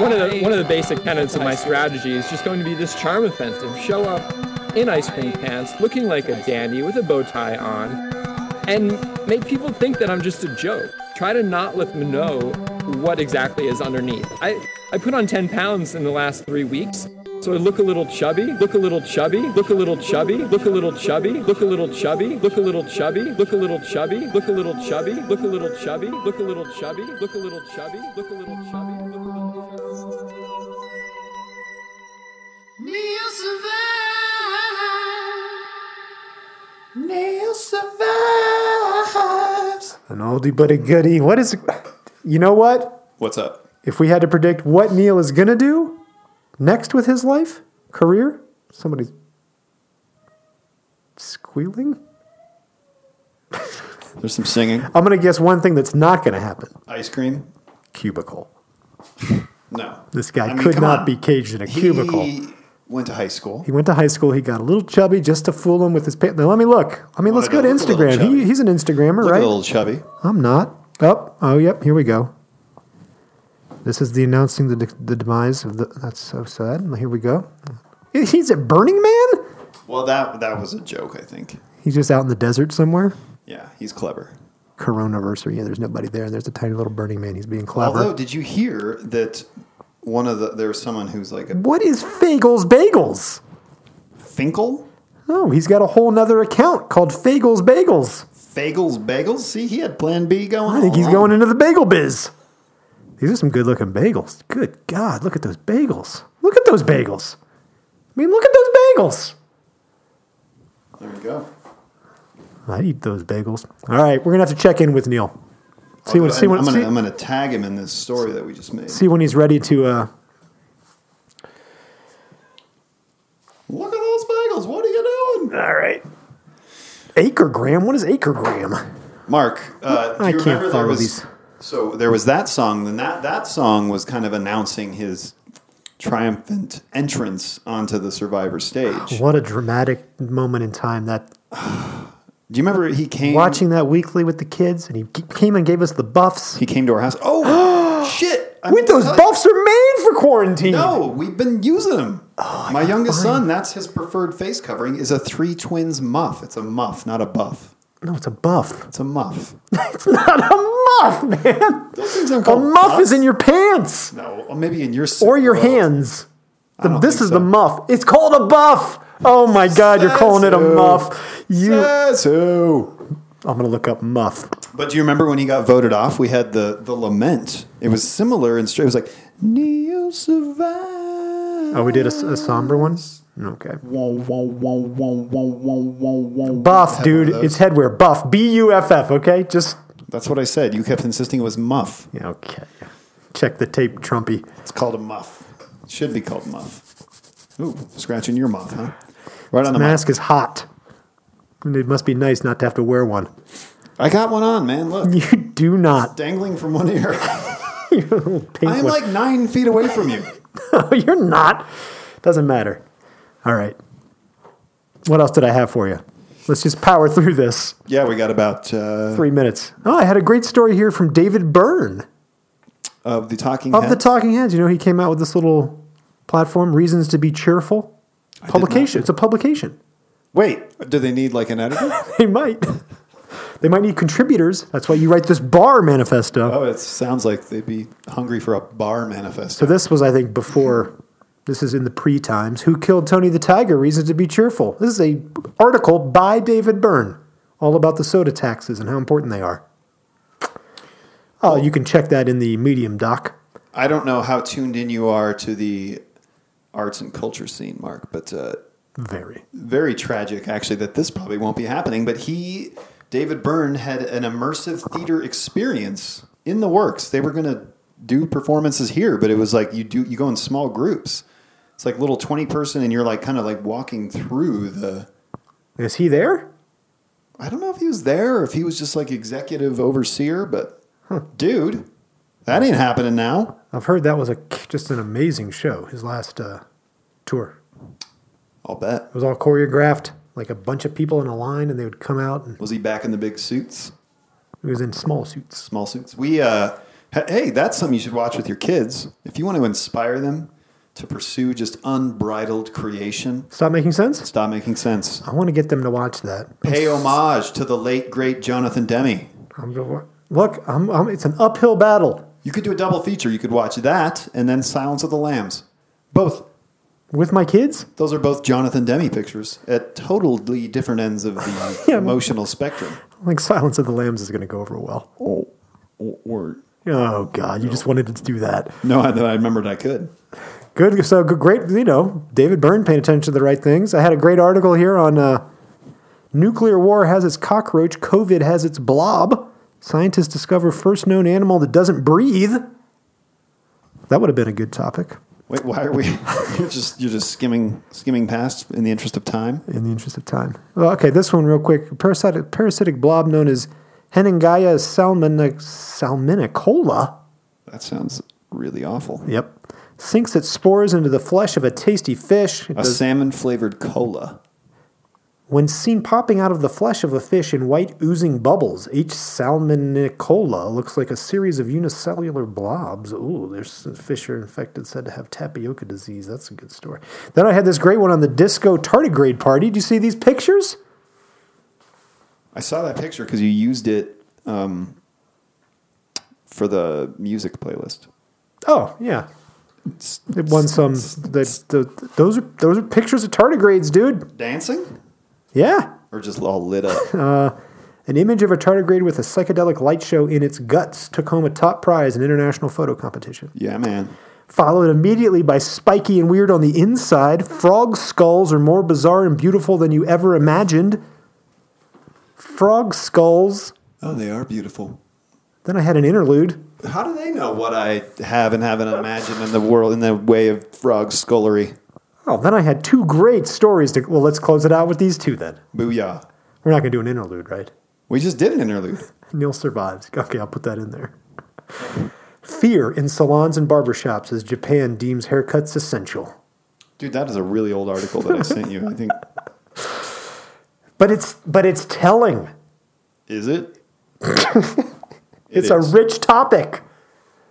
Speaker 6: One of the one of the basic tenets of my strategy is just going to be this charm offensive. Show up in ice cream pants, looking like a dandy with a bow tie on, and make people think that I'm just a joke. Try to not let them know what exactly is underneath. I, I put on 10 pounds in the last three weeks. So I look a little chubby, look a little chubby, look a little chubby, look a little chubby, look a little chubby, look a little chubby, look a little chubby, look a little chubby, look a little chubby, look a little chubby, look a little chubby, look a little chubby, look a little chubby.
Speaker 1: An oldie but a goodie. What is. You know what?
Speaker 2: What's up?
Speaker 1: If we had to predict what Neil is going to do next with his life, career, somebody's squealing.
Speaker 2: There's some singing.
Speaker 1: I'm going to guess one thing that's not going to happen
Speaker 2: Ice cream?
Speaker 1: cubicle.
Speaker 2: No.
Speaker 1: This guy
Speaker 2: I mean,
Speaker 1: could
Speaker 2: come
Speaker 1: not
Speaker 2: on.
Speaker 1: be caged in a cubicle.
Speaker 2: He went to high school.
Speaker 1: He went to high school. He got a little chubby just to fool him with his pants. Now let me look. I mean, let's go
Speaker 2: Well,
Speaker 1: to
Speaker 2: I don't look a
Speaker 1: Instagram.
Speaker 2: little
Speaker 1: He,
Speaker 2: chubby.
Speaker 1: he's an Instagrammer,
Speaker 2: Look
Speaker 1: right?
Speaker 2: a little chubby.
Speaker 1: I'm not. Oh, oh, yep. Here we go. This is the announcing the, the demise of the. That's so sad. Here we go. He's at Burning Man.
Speaker 2: Well, that that was a joke, I think.
Speaker 1: He's just out in the desert somewhere.
Speaker 2: Yeah, he's clever.
Speaker 1: Coronaversary. Yeah, there's nobody there. There's a tiny little Burning Man. He's being clever.
Speaker 2: Although, did you hear that one of the there was someone who's like a
Speaker 1: what is Fagels Bagels?
Speaker 2: Finkel?
Speaker 1: Oh, he's got a whole nother account called Fagels Bagels.
Speaker 2: Fagels Bagels? See, he had Plan B going.
Speaker 1: I think he's
Speaker 2: all
Speaker 1: going
Speaker 2: along.
Speaker 1: into the bagel biz. These are some good looking bagels. Good God, look at those bagels. Look at those bagels. I mean, look at those bagels.
Speaker 2: There we go.
Speaker 1: I eat those bagels. All right, we're gonna have to check in with Neil. See when,
Speaker 2: But
Speaker 1: see
Speaker 2: I'm,
Speaker 1: when,
Speaker 2: I'm gonna,
Speaker 1: see,
Speaker 2: I'm gonna tag him in this story that we just made.
Speaker 1: see when he's ready to. Uh,
Speaker 2: Look at those bagels. What are you doing?
Speaker 1: All right. Acregram. What is acregram?
Speaker 2: Mark, uh, do you
Speaker 1: I can't
Speaker 2: remember there
Speaker 1: follow
Speaker 2: was,
Speaker 1: these.
Speaker 2: So there was that song, then that, that song was kind of announcing his triumphant entrance onto the Survivor stage.
Speaker 1: What a dramatic moment in time that
Speaker 2: Do you remember he came
Speaker 1: watching that weekly with the kids, and he g- came and gave us the buffs.
Speaker 2: He came to our house. Oh shit! I
Speaker 1: Wait,
Speaker 2: meant to
Speaker 1: those
Speaker 2: tell you.
Speaker 1: buffs are made for quarantine.
Speaker 2: No, we've been using them.
Speaker 1: Oh,
Speaker 2: My youngest son, that's his preferred face covering, is a three twins muff. It's a muff, not a buff.
Speaker 1: no, it's a buff.
Speaker 2: It's a muff.
Speaker 1: It's not a muff, man.
Speaker 2: Those things aren't
Speaker 1: A
Speaker 2: called
Speaker 1: muff is
Speaker 2: muffs.
Speaker 1: in your pants
Speaker 2: No, or maybe in your
Speaker 1: or your
Speaker 2: well,
Speaker 1: hands. The-
Speaker 2: don't
Speaker 1: this
Speaker 2: think
Speaker 1: is
Speaker 2: so.
Speaker 1: the muff. It's called a buff. Oh my God, you're calling it a
Speaker 2: Says who?
Speaker 1: muff. You.
Speaker 2: Yes, who?
Speaker 1: I'm gonna look up muff.
Speaker 2: But do you remember when he got voted off? We had the the lament. It was similar and straight. It was like Neo survive.
Speaker 1: Oh, we did a, s- a somber one. Okay.
Speaker 2: Buff,
Speaker 1: Buff, dude. It's headwear. Buff. B U F F. Okay. Just.
Speaker 2: That's what I said. You kept insisting it was muff.
Speaker 1: yeah, Okay. Check the tape, Trumpy.
Speaker 2: It's called a muff. It should be called muff. Ooh, scratching your muff, huh? Right on the mask.
Speaker 1: Mask is hot. And It must be nice not to have to wear one.
Speaker 2: I got one on, man. Look,
Speaker 1: You do not.
Speaker 2: dangling from one ear.
Speaker 1: Pink one.
Speaker 2: I'm like nine feet away from you.
Speaker 1: No, you're not. Doesn't matter. All right. What else did I have for you? Let's just power through this.
Speaker 2: Yeah, we got about uh,
Speaker 1: Three minutes. Oh, I had a great story here from David Byrne
Speaker 2: of the talking.
Speaker 1: of the
Speaker 2: Heads.
Speaker 1: Talking Heads. You know, he came out with this little platform, Reasons to Be Cheerful. Publication. It's a publication.
Speaker 2: Wait, do they need like an editor?
Speaker 1: They might. They might need contributors. That's why you write this bar manifesto.
Speaker 2: oh, it sounds like they'd be hungry for a bar manifesto.
Speaker 1: So this was, I think, before. This is in the pre times. Who killed Tony the Tiger? Reasons to be cheerful. This is a article by David Byrne, all about the soda taxes and how important they are. Oh, you can check that in the Medium doc.
Speaker 2: I don't know how tuned in you are to the arts and culture scene, Mark, but uh,
Speaker 1: Very.
Speaker 2: very tragic actually that this probably won't be happening but he david byrne had an immersive theater experience in the works they were going to do performances here but it was like you do you go in small groups it's like little 20 person and you're like kind of like walking through the
Speaker 1: Is he there?
Speaker 2: i don't know if he was there or if he was just like executive overseer but dude that ain't happening now
Speaker 1: I've heard that was a just an amazing show. His last uh, tour.
Speaker 2: i'll bet
Speaker 1: It was all choreographed, like a bunch of people in a line, and they would come out, and
Speaker 2: was he back in the big suits
Speaker 1: it was in small suits.
Speaker 2: small suits. We uh, he- hey, that's something you should watch with your kids if you want to inspire them to pursue just unbridled creation.
Speaker 1: Stop making sense.
Speaker 2: Stop making sense.
Speaker 1: I want to get them to watch that.
Speaker 2: Pay homage to the late great Jonathan Demme.
Speaker 1: I'm, look, I'm, I'm, it's an uphill battle
Speaker 2: You could do a double feature. You could watch that and then Silence of the Lambs. Both.
Speaker 1: with my kids.
Speaker 2: Those are both Jonathan Demme pictures at totally different ends of the
Speaker 1: Yeah.
Speaker 2: emotional spectrum.
Speaker 1: I think Silence of the Lambs is going to go over well.
Speaker 2: Oh, or
Speaker 1: Oh God, you just wanted to do that.
Speaker 2: no, I, I remembered I could.
Speaker 1: Good, so good, great. You know, David Byrne paying attention to the right things. I had a great article here on uh, nuclear war has its cockroach, COVID has its blob. Scientists discover first known animal that doesn't breathe. That would have been a good topic.
Speaker 2: Wait, why are we? you're just you're just skimming skimming past in the interest of time.
Speaker 1: Oh, in the interest of time. Well, okay, this one real quick. Parasitic, parasitic blob known as Heningaya salmonic, salmonicola.
Speaker 2: That sounds really awful.
Speaker 1: Yep. Sinks its spores into the flesh of a tasty fish. It
Speaker 2: A
Speaker 1: does-
Speaker 2: salmon flavored cola.
Speaker 1: When seen popping out of the flesh of a fish in white oozing bubbles, each salmonicola looks like a series of unicellular blobs. Ooh, there's fish are infected said to have tapioca disease. That's a good story. Then I had this great one on the disco tardigrade party. Do you see these pictures?
Speaker 2: I saw that picture because you used it um, for the music playlist.
Speaker 1: Oh yeah, it won some. The, the, those are those are pictures of tardigrades, dude.
Speaker 2: Dancing?
Speaker 1: Yeah,
Speaker 2: Or just all lit up?
Speaker 1: An image of a tardigrade with a psychedelic light show in its guts took home a top prize in international photo competition.
Speaker 2: yeah, man.
Speaker 1: Followed immediately by spiky and weird on the inside, frog skulls are more bizarre and beautiful than you ever imagined. Frog skulls.
Speaker 2: Oh, they are beautiful.
Speaker 1: Then I had an interlude.
Speaker 2: How do they know what I have and haven't imagined in the world in the way of frog scullery?
Speaker 1: Oh, then I had two great stories to. Well, let's close it out with these two then.
Speaker 2: Booyah.
Speaker 1: We're not going to do an interlude, right?
Speaker 2: We just did an interlude.
Speaker 1: Neil survives. Okay, I'll put that in there. Fear in salons and barbershops as Japan deems haircuts essential.
Speaker 2: Dude, that is a really old article that I sent you. I think.
Speaker 1: But it's but it's telling.
Speaker 2: Is it? It
Speaker 1: It's a
Speaker 2: is.
Speaker 1: rich topic.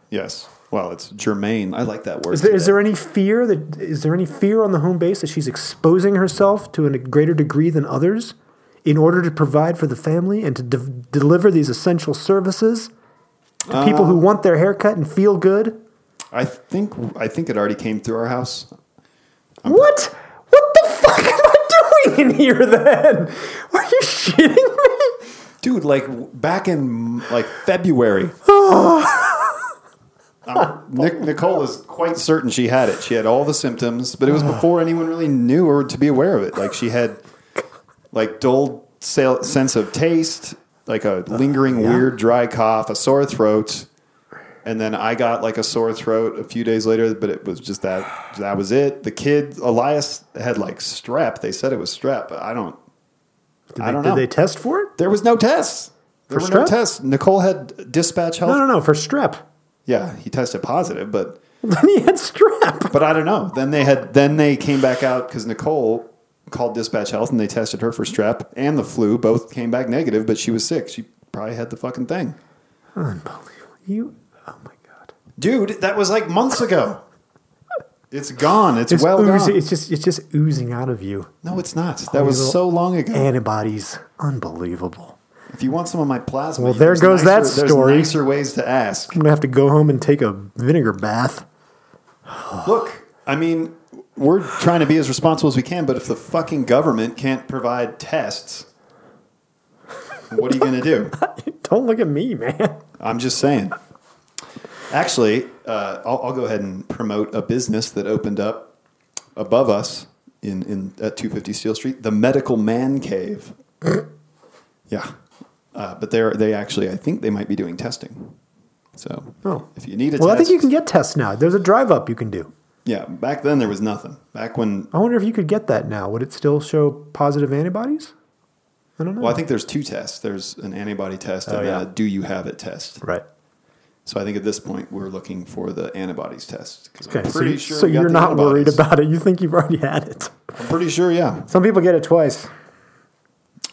Speaker 2: Yes. Well, it's germane. I like that word.
Speaker 1: Is there, is
Speaker 2: today.
Speaker 1: there any fear that is there any fear on the home base that she's exposing herself to a greater degree than others in order to provide for the family and to de- deliver these essential services to people
Speaker 2: Uh,
Speaker 1: who want their haircut and feel good?
Speaker 2: I think I think it already came through our house.
Speaker 1: What? What the fuck am I doing in here then? Are you shitting me?
Speaker 2: Dude, like w- back in like February. Um, Nic- Nicole is quite certain she had it. She had all the symptoms, but it was before anyone really knew or to be aware of it. Like she had like dull sa- sense of taste, like a lingering weird dry cough, a sore throat, and then I got like a sore throat a few days later. But it was just that that was it. The kid Elias had like strep. They said it was strep, but I don't.
Speaker 1: Did
Speaker 2: I
Speaker 1: they,
Speaker 2: don't
Speaker 1: did
Speaker 2: know.
Speaker 1: they test for it?
Speaker 2: There was no tests. There
Speaker 1: For
Speaker 2: were no
Speaker 1: strep?
Speaker 2: tests. Nicole had dispatch health.
Speaker 1: No, no, no, for strep.
Speaker 2: Yeah, he tested positive, but
Speaker 1: Then he had strep.
Speaker 2: but I don't know. Then they had then they came back out because Nicole called dispatch health and they tested her for strep and the flu. Both came back negative, but she was sick. She probably had the fucking thing.
Speaker 1: You, oh my god.
Speaker 2: Dude, that was like months ago. It's gone. It's,
Speaker 1: It's
Speaker 2: well
Speaker 1: oozing-
Speaker 2: gone.
Speaker 1: It's just it's just oozing out of you.
Speaker 2: no, it's not. That was
Speaker 1: little-
Speaker 2: so long ago.
Speaker 1: Antibodies, unbelievable.
Speaker 2: if you want some of my plasma,
Speaker 1: Well, there
Speaker 2: there's
Speaker 1: goes that
Speaker 2: nicer- there's
Speaker 1: story.
Speaker 2: nicer ways to ask.
Speaker 1: I'm gonna have to go home and take a vinegar bath.
Speaker 2: Look, I mean, we're trying to be as responsible as we can, but if the fucking government can't provide tests, what are you going to do?
Speaker 1: Don't look at me, man.
Speaker 2: I'm just saying. Actually, uh, I'll, I'll go ahead and promote a business that opened up above us in, in at 250 Steel Street, the Medical Man Cave. yeah, uh, but they're they actually I think they might be doing testing. So
Speaker 1: Oh.
Speaker 2: if you need a
Speaker 1: Well, I
Speaker 2: test,
Speaker 1: think you can get tests now. There's a drive up you can do.
Speaker 2: yeah. Back then there was nothing. Back when
Speaker 1: I wonder if you could get that now. Would it still show positive antibodies? I don't know.
Speaker 2: Well, I think there's two tests. There's an antibody test and
Speaker 1: Hmm. Oh, yeah.
Speaker 2: a do you have it test.
Speaker 1: right.
Speaker 2: So I think at this point we're looking for the antibodies test. 'cause
Speaker 1: Okay.
Speaker 2: I'm
Speaker 1: So,
Speaker 2: pretty
Speaker 1: you-
Speaker 2: sure
Speaker 1: so
Speaker 2: we got
Speaker 1: you're
Speaker 2: the
Speaker 1: not worried
Speaker 2: antibodies.
Speaker 1: about it. You think you've already had it.
Speaker 2: I'm pretty sure, yeah.
Speaker 1: Some people get it twice.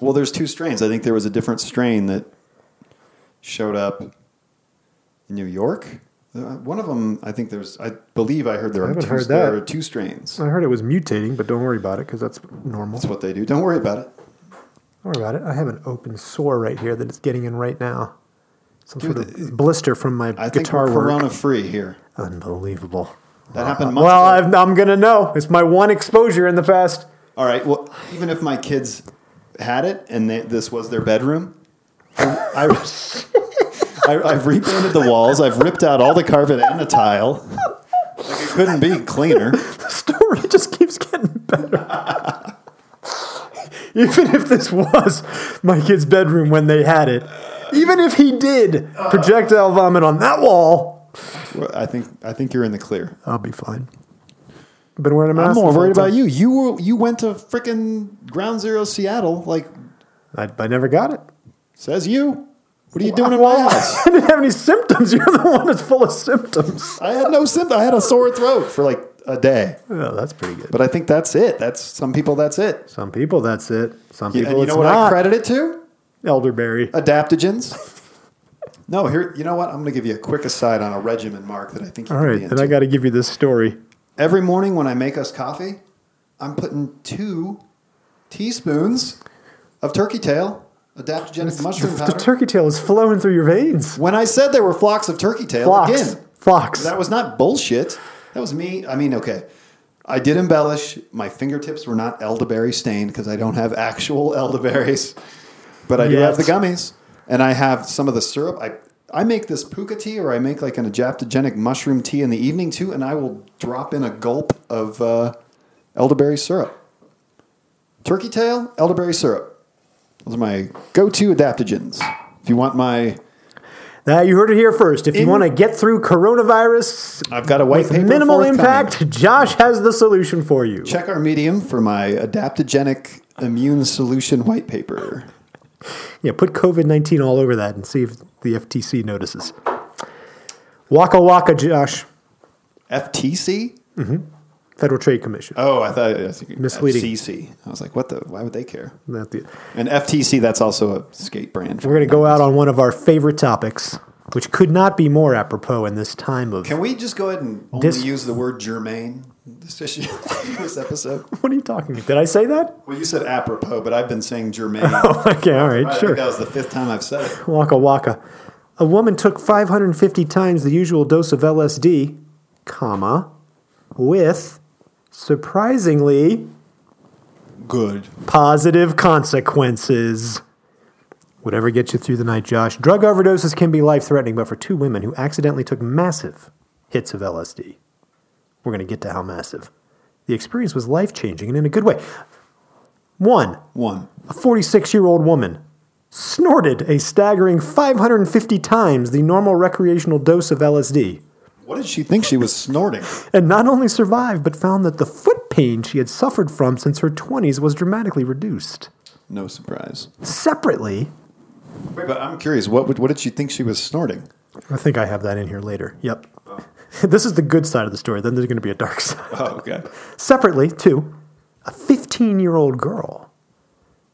Speaker 2: Well, there's two strains. I think there was a different strain that showed up in New York. Uh, One of them, I think there's. I believe I heard there are
Speaker 1: haven't
Speaker 2: two.
Speaker 1: heard
Speaker 2: There
Speaker 1: that. Oh.
Speaker 2: are two strains.
Speaker 1: I heard it was mutating, but don't worry about it because that's normal.
Speaker 2: That's what they do. Don't worry about it.
Speaker 1: Don't worry about it. I have an open sore right here that it's getting in right now. Some
Speaker 2: Dude,
Speaker 1: sort of
Speaker 2: it-
Speaker 1: blister from my
Speaker 2: I think
Speaker 1: guitar
Speaker 2: we're
Speaker 1: work.
Speaker 2: corona free here.
Speaker 1: Unbelievable.
Speaker 2: That happened. Months
Speaker 1: Well,
Speaker 2: ago.
Speaker 1: I've, I'm gonna know. It's my one exposure in the past.
Speaker 2: All right. Well, even if my kids had it and they, this was their bedroom, I, I, I've repainted the walls. I've ripped out all the carpet and the tile. Like it couldn't be cleaner.
Speaker 1: The story just keeps getting better. even if this was my kid's bedroom when they had it, even if he did projectile vomit on that wall,
Speaker 2: Well, I think I think you're in the clear.
Speaker 1: I'll be fine. Been wearing a mask.
Speaker 2: I'm more
Speaker 1: this whole
Speaker 2: worried about
Speaker 1: time.
Speaker 2: you. You were, you went to frickin' Ground Zero Seattle. Like
Speaker 1: I, I never got it.
Speaker 2: says you. What are you doing in my house?
Speaker 1: I didn't have any symptoms. You're the one that's full of symptoms.
Speaker 2: I had no symptom. I had a sore throat for like a day.
Speaker 1: Oh, that's pretty good.
Speaker 2: But I think that's it. That's some people. That's it.
Speaker 1: Some people, that's it. Some
Speaker 2: You,
Speaker 1: people,
Speaker 2: and you
Speaker 1: it's
Speaker 2: know what
Speaker 1: not.
Speaker 2: I credit it to?
Speaker 1: Elderberry.
Speaker 2: Adaptogens. no, here. You know what? I'm going to give you a quick aside on a regimen, Mark, that I think. You
Speaker 1: All
Speaker 2: could
Speaker 1: right,
Speaker 2: be
Speaker 1: then I
Speaker 2: into.
Speaker 1: got to give you this story.
Speaker 2: every morning when I make us coffee, I'm putting two teaspoons of turkey tail adaptogenic mushroom
Speaker 1: The
Speaker 2: powder.
Speaker 1: turkey tail is flowing through your veins.
Speaker 2: when I said there were flocks of turkey tail
Speaker 1: Fox.
Speaker 2: again,
Speaker 1: Fox.
Speaker 2: that was not bullshit. That was me. I mean, okay. I did embellish. My fingertips were not elderberry stained because I don't have actual elderberries, but I do
Speaker 1: Yet.
Speaker 2: have the gummies, and I have some of the syrup. I I make this puka tea, or I make like an adaptogenic mushroom tea in the evening too, and I will drop in a gulp of uh, elderberry syrup, turkey tail, elderberry syrup. Those are my go-to adaptogens. If you want my,
Speaker 1: Now, you heard it here first. If you
Speaker 2: In-
Speaker 1: want to get through coronavirus
Speaker 2: I've got a white
Speaker 1: with
Speaker 2: paper
Speaker 1: minimal
Speaker 2: forthcoming.
Speaker 1: impact, Josh has the solution for you.
Speaker 2: Check our medium for my adaptogenic immune solution white paper.
Speaker 1: Yeah, put COVID 19 all over that and see if the FTC notices. Waka waka, Josh.
Speaker 2: FTC?
Speaker 1: Federal Trade Commission.
Speaker 2: Oh, I thought I was thinking
Speaker 1: Misleading.
Speaker 2: FCC. I was like, what the? Why would they care?
Speaker 1: Not the-
Speaker 2: And FTC, that's also a skate brand.
Speaker 1: We're going to go out on one of our favorite topics, which could not be more apropos in this time of.
Speaker 2: Can we just go ahead and only
Speaker 1: Dis-
Speaker 2: use the word germane this issue, this episode?
Speaker 1: what are you talking about? Did I say that?
Speaker 2: Well, you said apropos, but I've been saying germane.
Speaker 1: Okay, all right,
Speaker 2: I
Speaker 1: Oh, sure.
Speaker 2: think that was the fifth time I've said it.
Speaker 1: Waka waka. A woman took 550 times the usual dose of LSD, comma, with surprisingly
Speaker 2: Good.
Speaker 1: positive consequences. Whatever gets you through the night, Josh. Drug overdoses can be life threatening, but for two women who accidentally took massive hits of LSD, we're going to get to how massive. The experience was life changing and in a good way. One,
Speaker 2: One.
Speaker 1: a 46 year old woman snorted a staggering 550 times the normal recreational dose of LSD
Speaker 2: What did she think she was snorting?
Speaker 1: and not only survived, but found that the foot pain she had suffered from since her 20s was dramatically reduced.
Speaker 2: No surprise.
Speaker 1: Separately,
Speaker 2: Wait, but I'm curious. What, would, what did she think she was snorting?
Speaker 1: I think I have that in here later. Yep. this is the good side of the story. Then there's going to be a dark side.
Speaker 2: Oh, okay.
Speaker 1: Separately, too, a 15 year old girl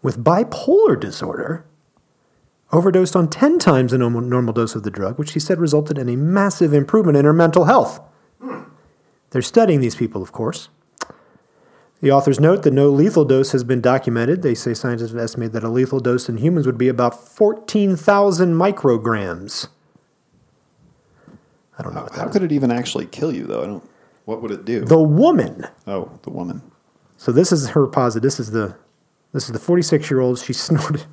Speaker 1: with bipolar disorder overdosed on 10 times the normal, normal dose of the drug, which she said resulted in a massive improvement in her mental health. They're studying these people, of course. The authors note that no lethal dose has been documented. They say scientists have estimated that a lethal dose in humans would be about 14,000 micrograms. I don't know what that
Speaker 2: How
Speaker 1: is.
Speaker 2: could it even actually kill you, though? I don't. What would it do?
Speaker 1: The woman
Speaker 2: oh, the woman.
Speaker 1: So this is her positive. This is the this is the 46 year old. She snorted.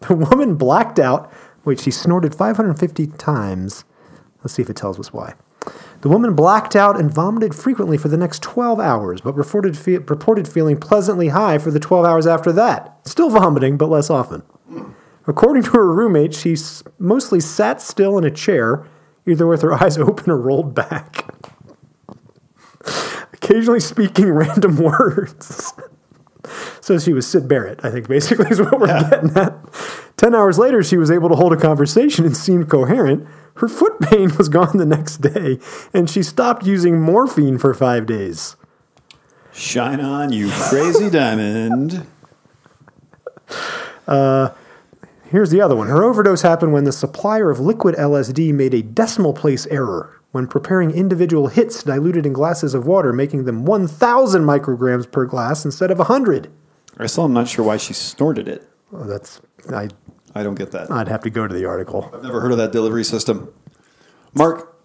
Speaker 1: the woman blacked out. Wait, she snorted 550 times. Let's see if it tells us why. The woman blacked out and vomited frequently for the next 12 hours, but reported, fe- reported feeling pleasantly high for the 12 hours after that. Still vomiting, but less often. According to her roommate, she s- mostly sat still in a chair, either with her eyes open or rolled back occasionally speaking random words. so she was Sid Barrett, I think, basically, is what we're getting at. Ten hours later, she was able to hold a conversation and seemed coherent. Her foot pain was gone the next day, and she stopped using morphine for five days.
Speaker 2: Shine on, you crazy diamond.
Speaker 1: Here's the other one. Her overdose happened when the supplier of liquid LSD made a decimal place error when preparing individual hits diluted in glasses of water, making them 1,000 micrograms per glass instead of 100.
Speaker 2: I still am not sure why she snorted it.
Speaker 1: Oh, that's I,
Speaker 2: I don't get that.
Speaker 1: I'd have to go to the article.
Speaker 2: I've never heard of that delivery system. Mark,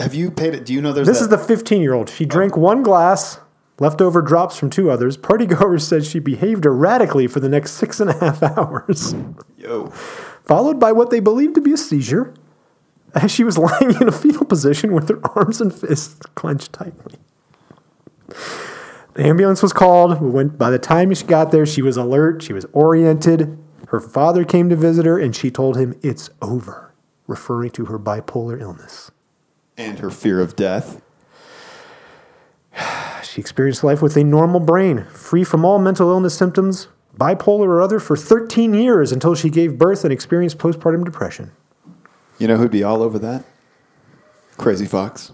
Speaker 2: have you paid it? Do you know there's
Speaker 1: This
Speaker 2: that-
Speaker 1: is the 15 year old. She drank one glass, leftover drops from two others. Partygoers said she behaved erratically for the next six and a half hours,
Speaker 2: yo.
Speaker 1: followed by what they believed to be a seizure as she was lying in a fetal position with her arms and fists clenched tightly. The ambulance was called. When, by the time she got there, she was alert, she was oriented. Her father came to visit her, and she told him, It's over, referring to her bipolar illness.
Speaker 2: and her fear of death.
Speaker 1: She experienced life with a normal brain, free from all mental illness symptoms, bipolar or other, for 13 years until she gave birth and experienced postpartum depression.
Speaker 2: You know who'd be all over that? Crazy Fox.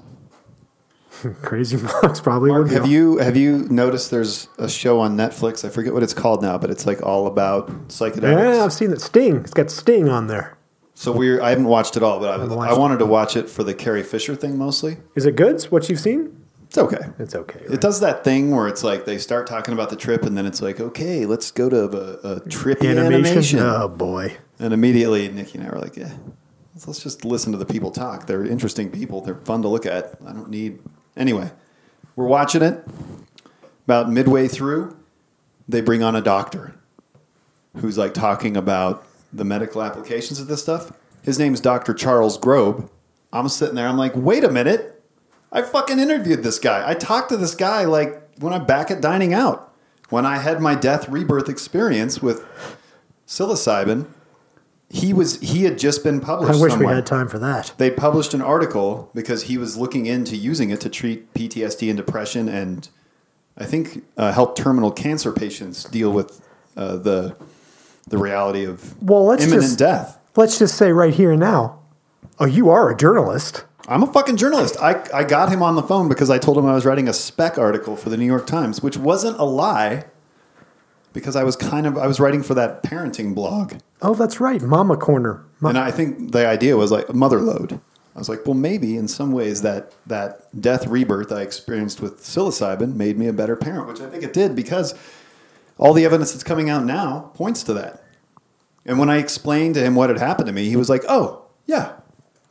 Speaker 1: Crazy Fox probably would
Speaker 2: Have
Speaker 1: be.
Speaker 2: you have you noticed there's a show on Netflix? I forget what it's called now, but it's like all about psychedelics.
Speaker 1: Yeah, I've seen that Sting. It's got Sting on there.
Speaker 2: So we're I haven't watched it all, but I,
Speaker 1: haven't
Speaker 2: I
Speaker 1: watched
Speaker 2: wanted to watch it for the Carrie Fisher thing mostly.
Speaker 1: Is it good? What you've seen?
Speaker 2: It's okay.
Speaker 1: It's okay. right?
Speaker 2: It does that thing where it's like they start talking about the trip, and then it's like, okay, let's go to a, a trip animation,
Speaker 1: Animation. Oh boy.
Speaker 2: and immediately Nikki and I were like, yeah, let's, let's just listen to the people talk. They're interesting people. They're fun to look at. I don't need anyway. We're watching it. About midway through, they bring on a doctor who's like talking about the medical applications of this stuff. His name's Dr. Charles Grobe. I'm sitting there, I'm like, wait a minute. I fucking interviewed this guy. I talked to this guy like when I'm back at dining out, when I had my death rebirth experience with psilocybin. He was he had just been
Speaker 1: I
Speaker 2: published.
Speaker 1: wish we
Speaker 2: somewhere.
Speaker 1: had time for that.
Speaker 2: They published an article because he was looking into using it to treat PTSD and depression, and I think uh, help terminal cancer patients deal with uh, the the reality of
Speaker 1: Well, let's
Speaker 2: imminent
Speaker 1: just-
Speaker 2: death.
Speaker 1: Let's just say right here and now. Oh, you are a journalist.
Speaker 2: I'm a fucking journalist. I, I got him on the phone because I told him I was writing a spec article for the New York Times, which wasn't a lie because I was kind of I was writing for that parenting blog.
Speaker 1: Oh, that's right. Mama Corner. Ma-
Speaker 2: And I think the idea was like mother load. I was like, well, maybe in some ways that that death rebirth I experienced with psilocybin made me a better parent, which I think it did because all the evidence that's coming out now points to that. And when I explained to him what had happened to me, he was like, "Oh, yeah,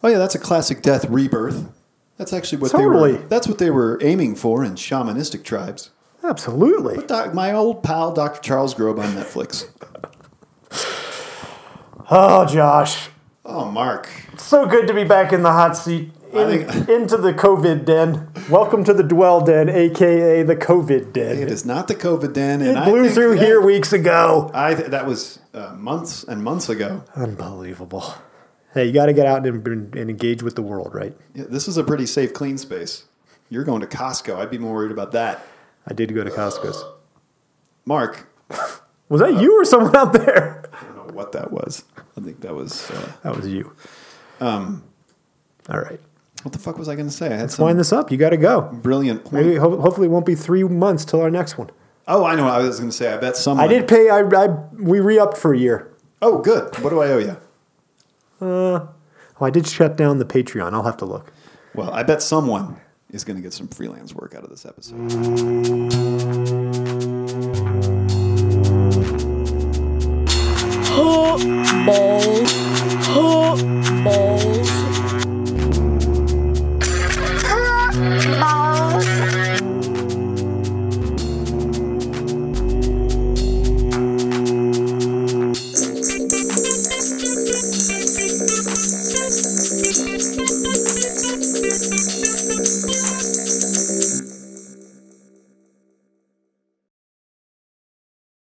Speaker 2: oh yeah, that's a classic death rebirth. That's actually what they
Speaker 1: Totally.
Speaker 2: were. That's what they were aiming for in shamanistic tribes."
Speaker 1: Absolutely.
Speaker 2: But doc, my old pal, Dr. Charles Grobe on Netflix.
Speaker 1: Oh, Josh.
Speaker 2: Oh, Mark,
Speaker 1: So good to be back in the hot seat.
Speaker 2: I
Speaker 1: in-
Speaker 2: think-
Speaker 1: into the COVID den. Welcome to the dwell den, aka the COVID den.
Speaker 2: it is not the COVID den, and
Speaker 1: It
Speaker 2: I
Speaker 1: blew
Speaker 2: think
Speaker 1: through
Speaker 2: that-
Speaker 1: here weeks ago.
Speaker 2: I that was uh, months and months ago.
Speaker 1: Unbelievable. Hey, you got to get out and, and engage with the world, right?
Speaker 2: Yeah, this is a pretty safe, clean space. You're going to Costco. I'd be more worried about that.
Speaker 1: I did go to Costco's.
Speaker 2: Mark,
Speaker 1: Was
Speaker 2: Uh,
Speaker 1: that you or someone out there?
Speaker 2: I don't know what that was. I think that was uh,
Speaker 1: That was you. Um, All right.
Speaker 2: what the fuck was I going to say? I had some
Speaker 1: Wind this up. You got to go.
Speaker 2: brilliant point.
Speaker 1: Maybe, ho- hopefully, it won't be three months till our next one.
Speaker 2: Oh, I know. what I was going to say. I bet someone.
Speaker 1: I did pay. I, I we re upped for a year.
Speaker 2: Oh, good. What do I owe you?
Speaker 1: Oh, I did shut down the Patreon. I'll have to look.
Speaker 2: Well, I bet someone is going to get some freelance work out of this episode.
Speaker 7: Hootball. Hootball.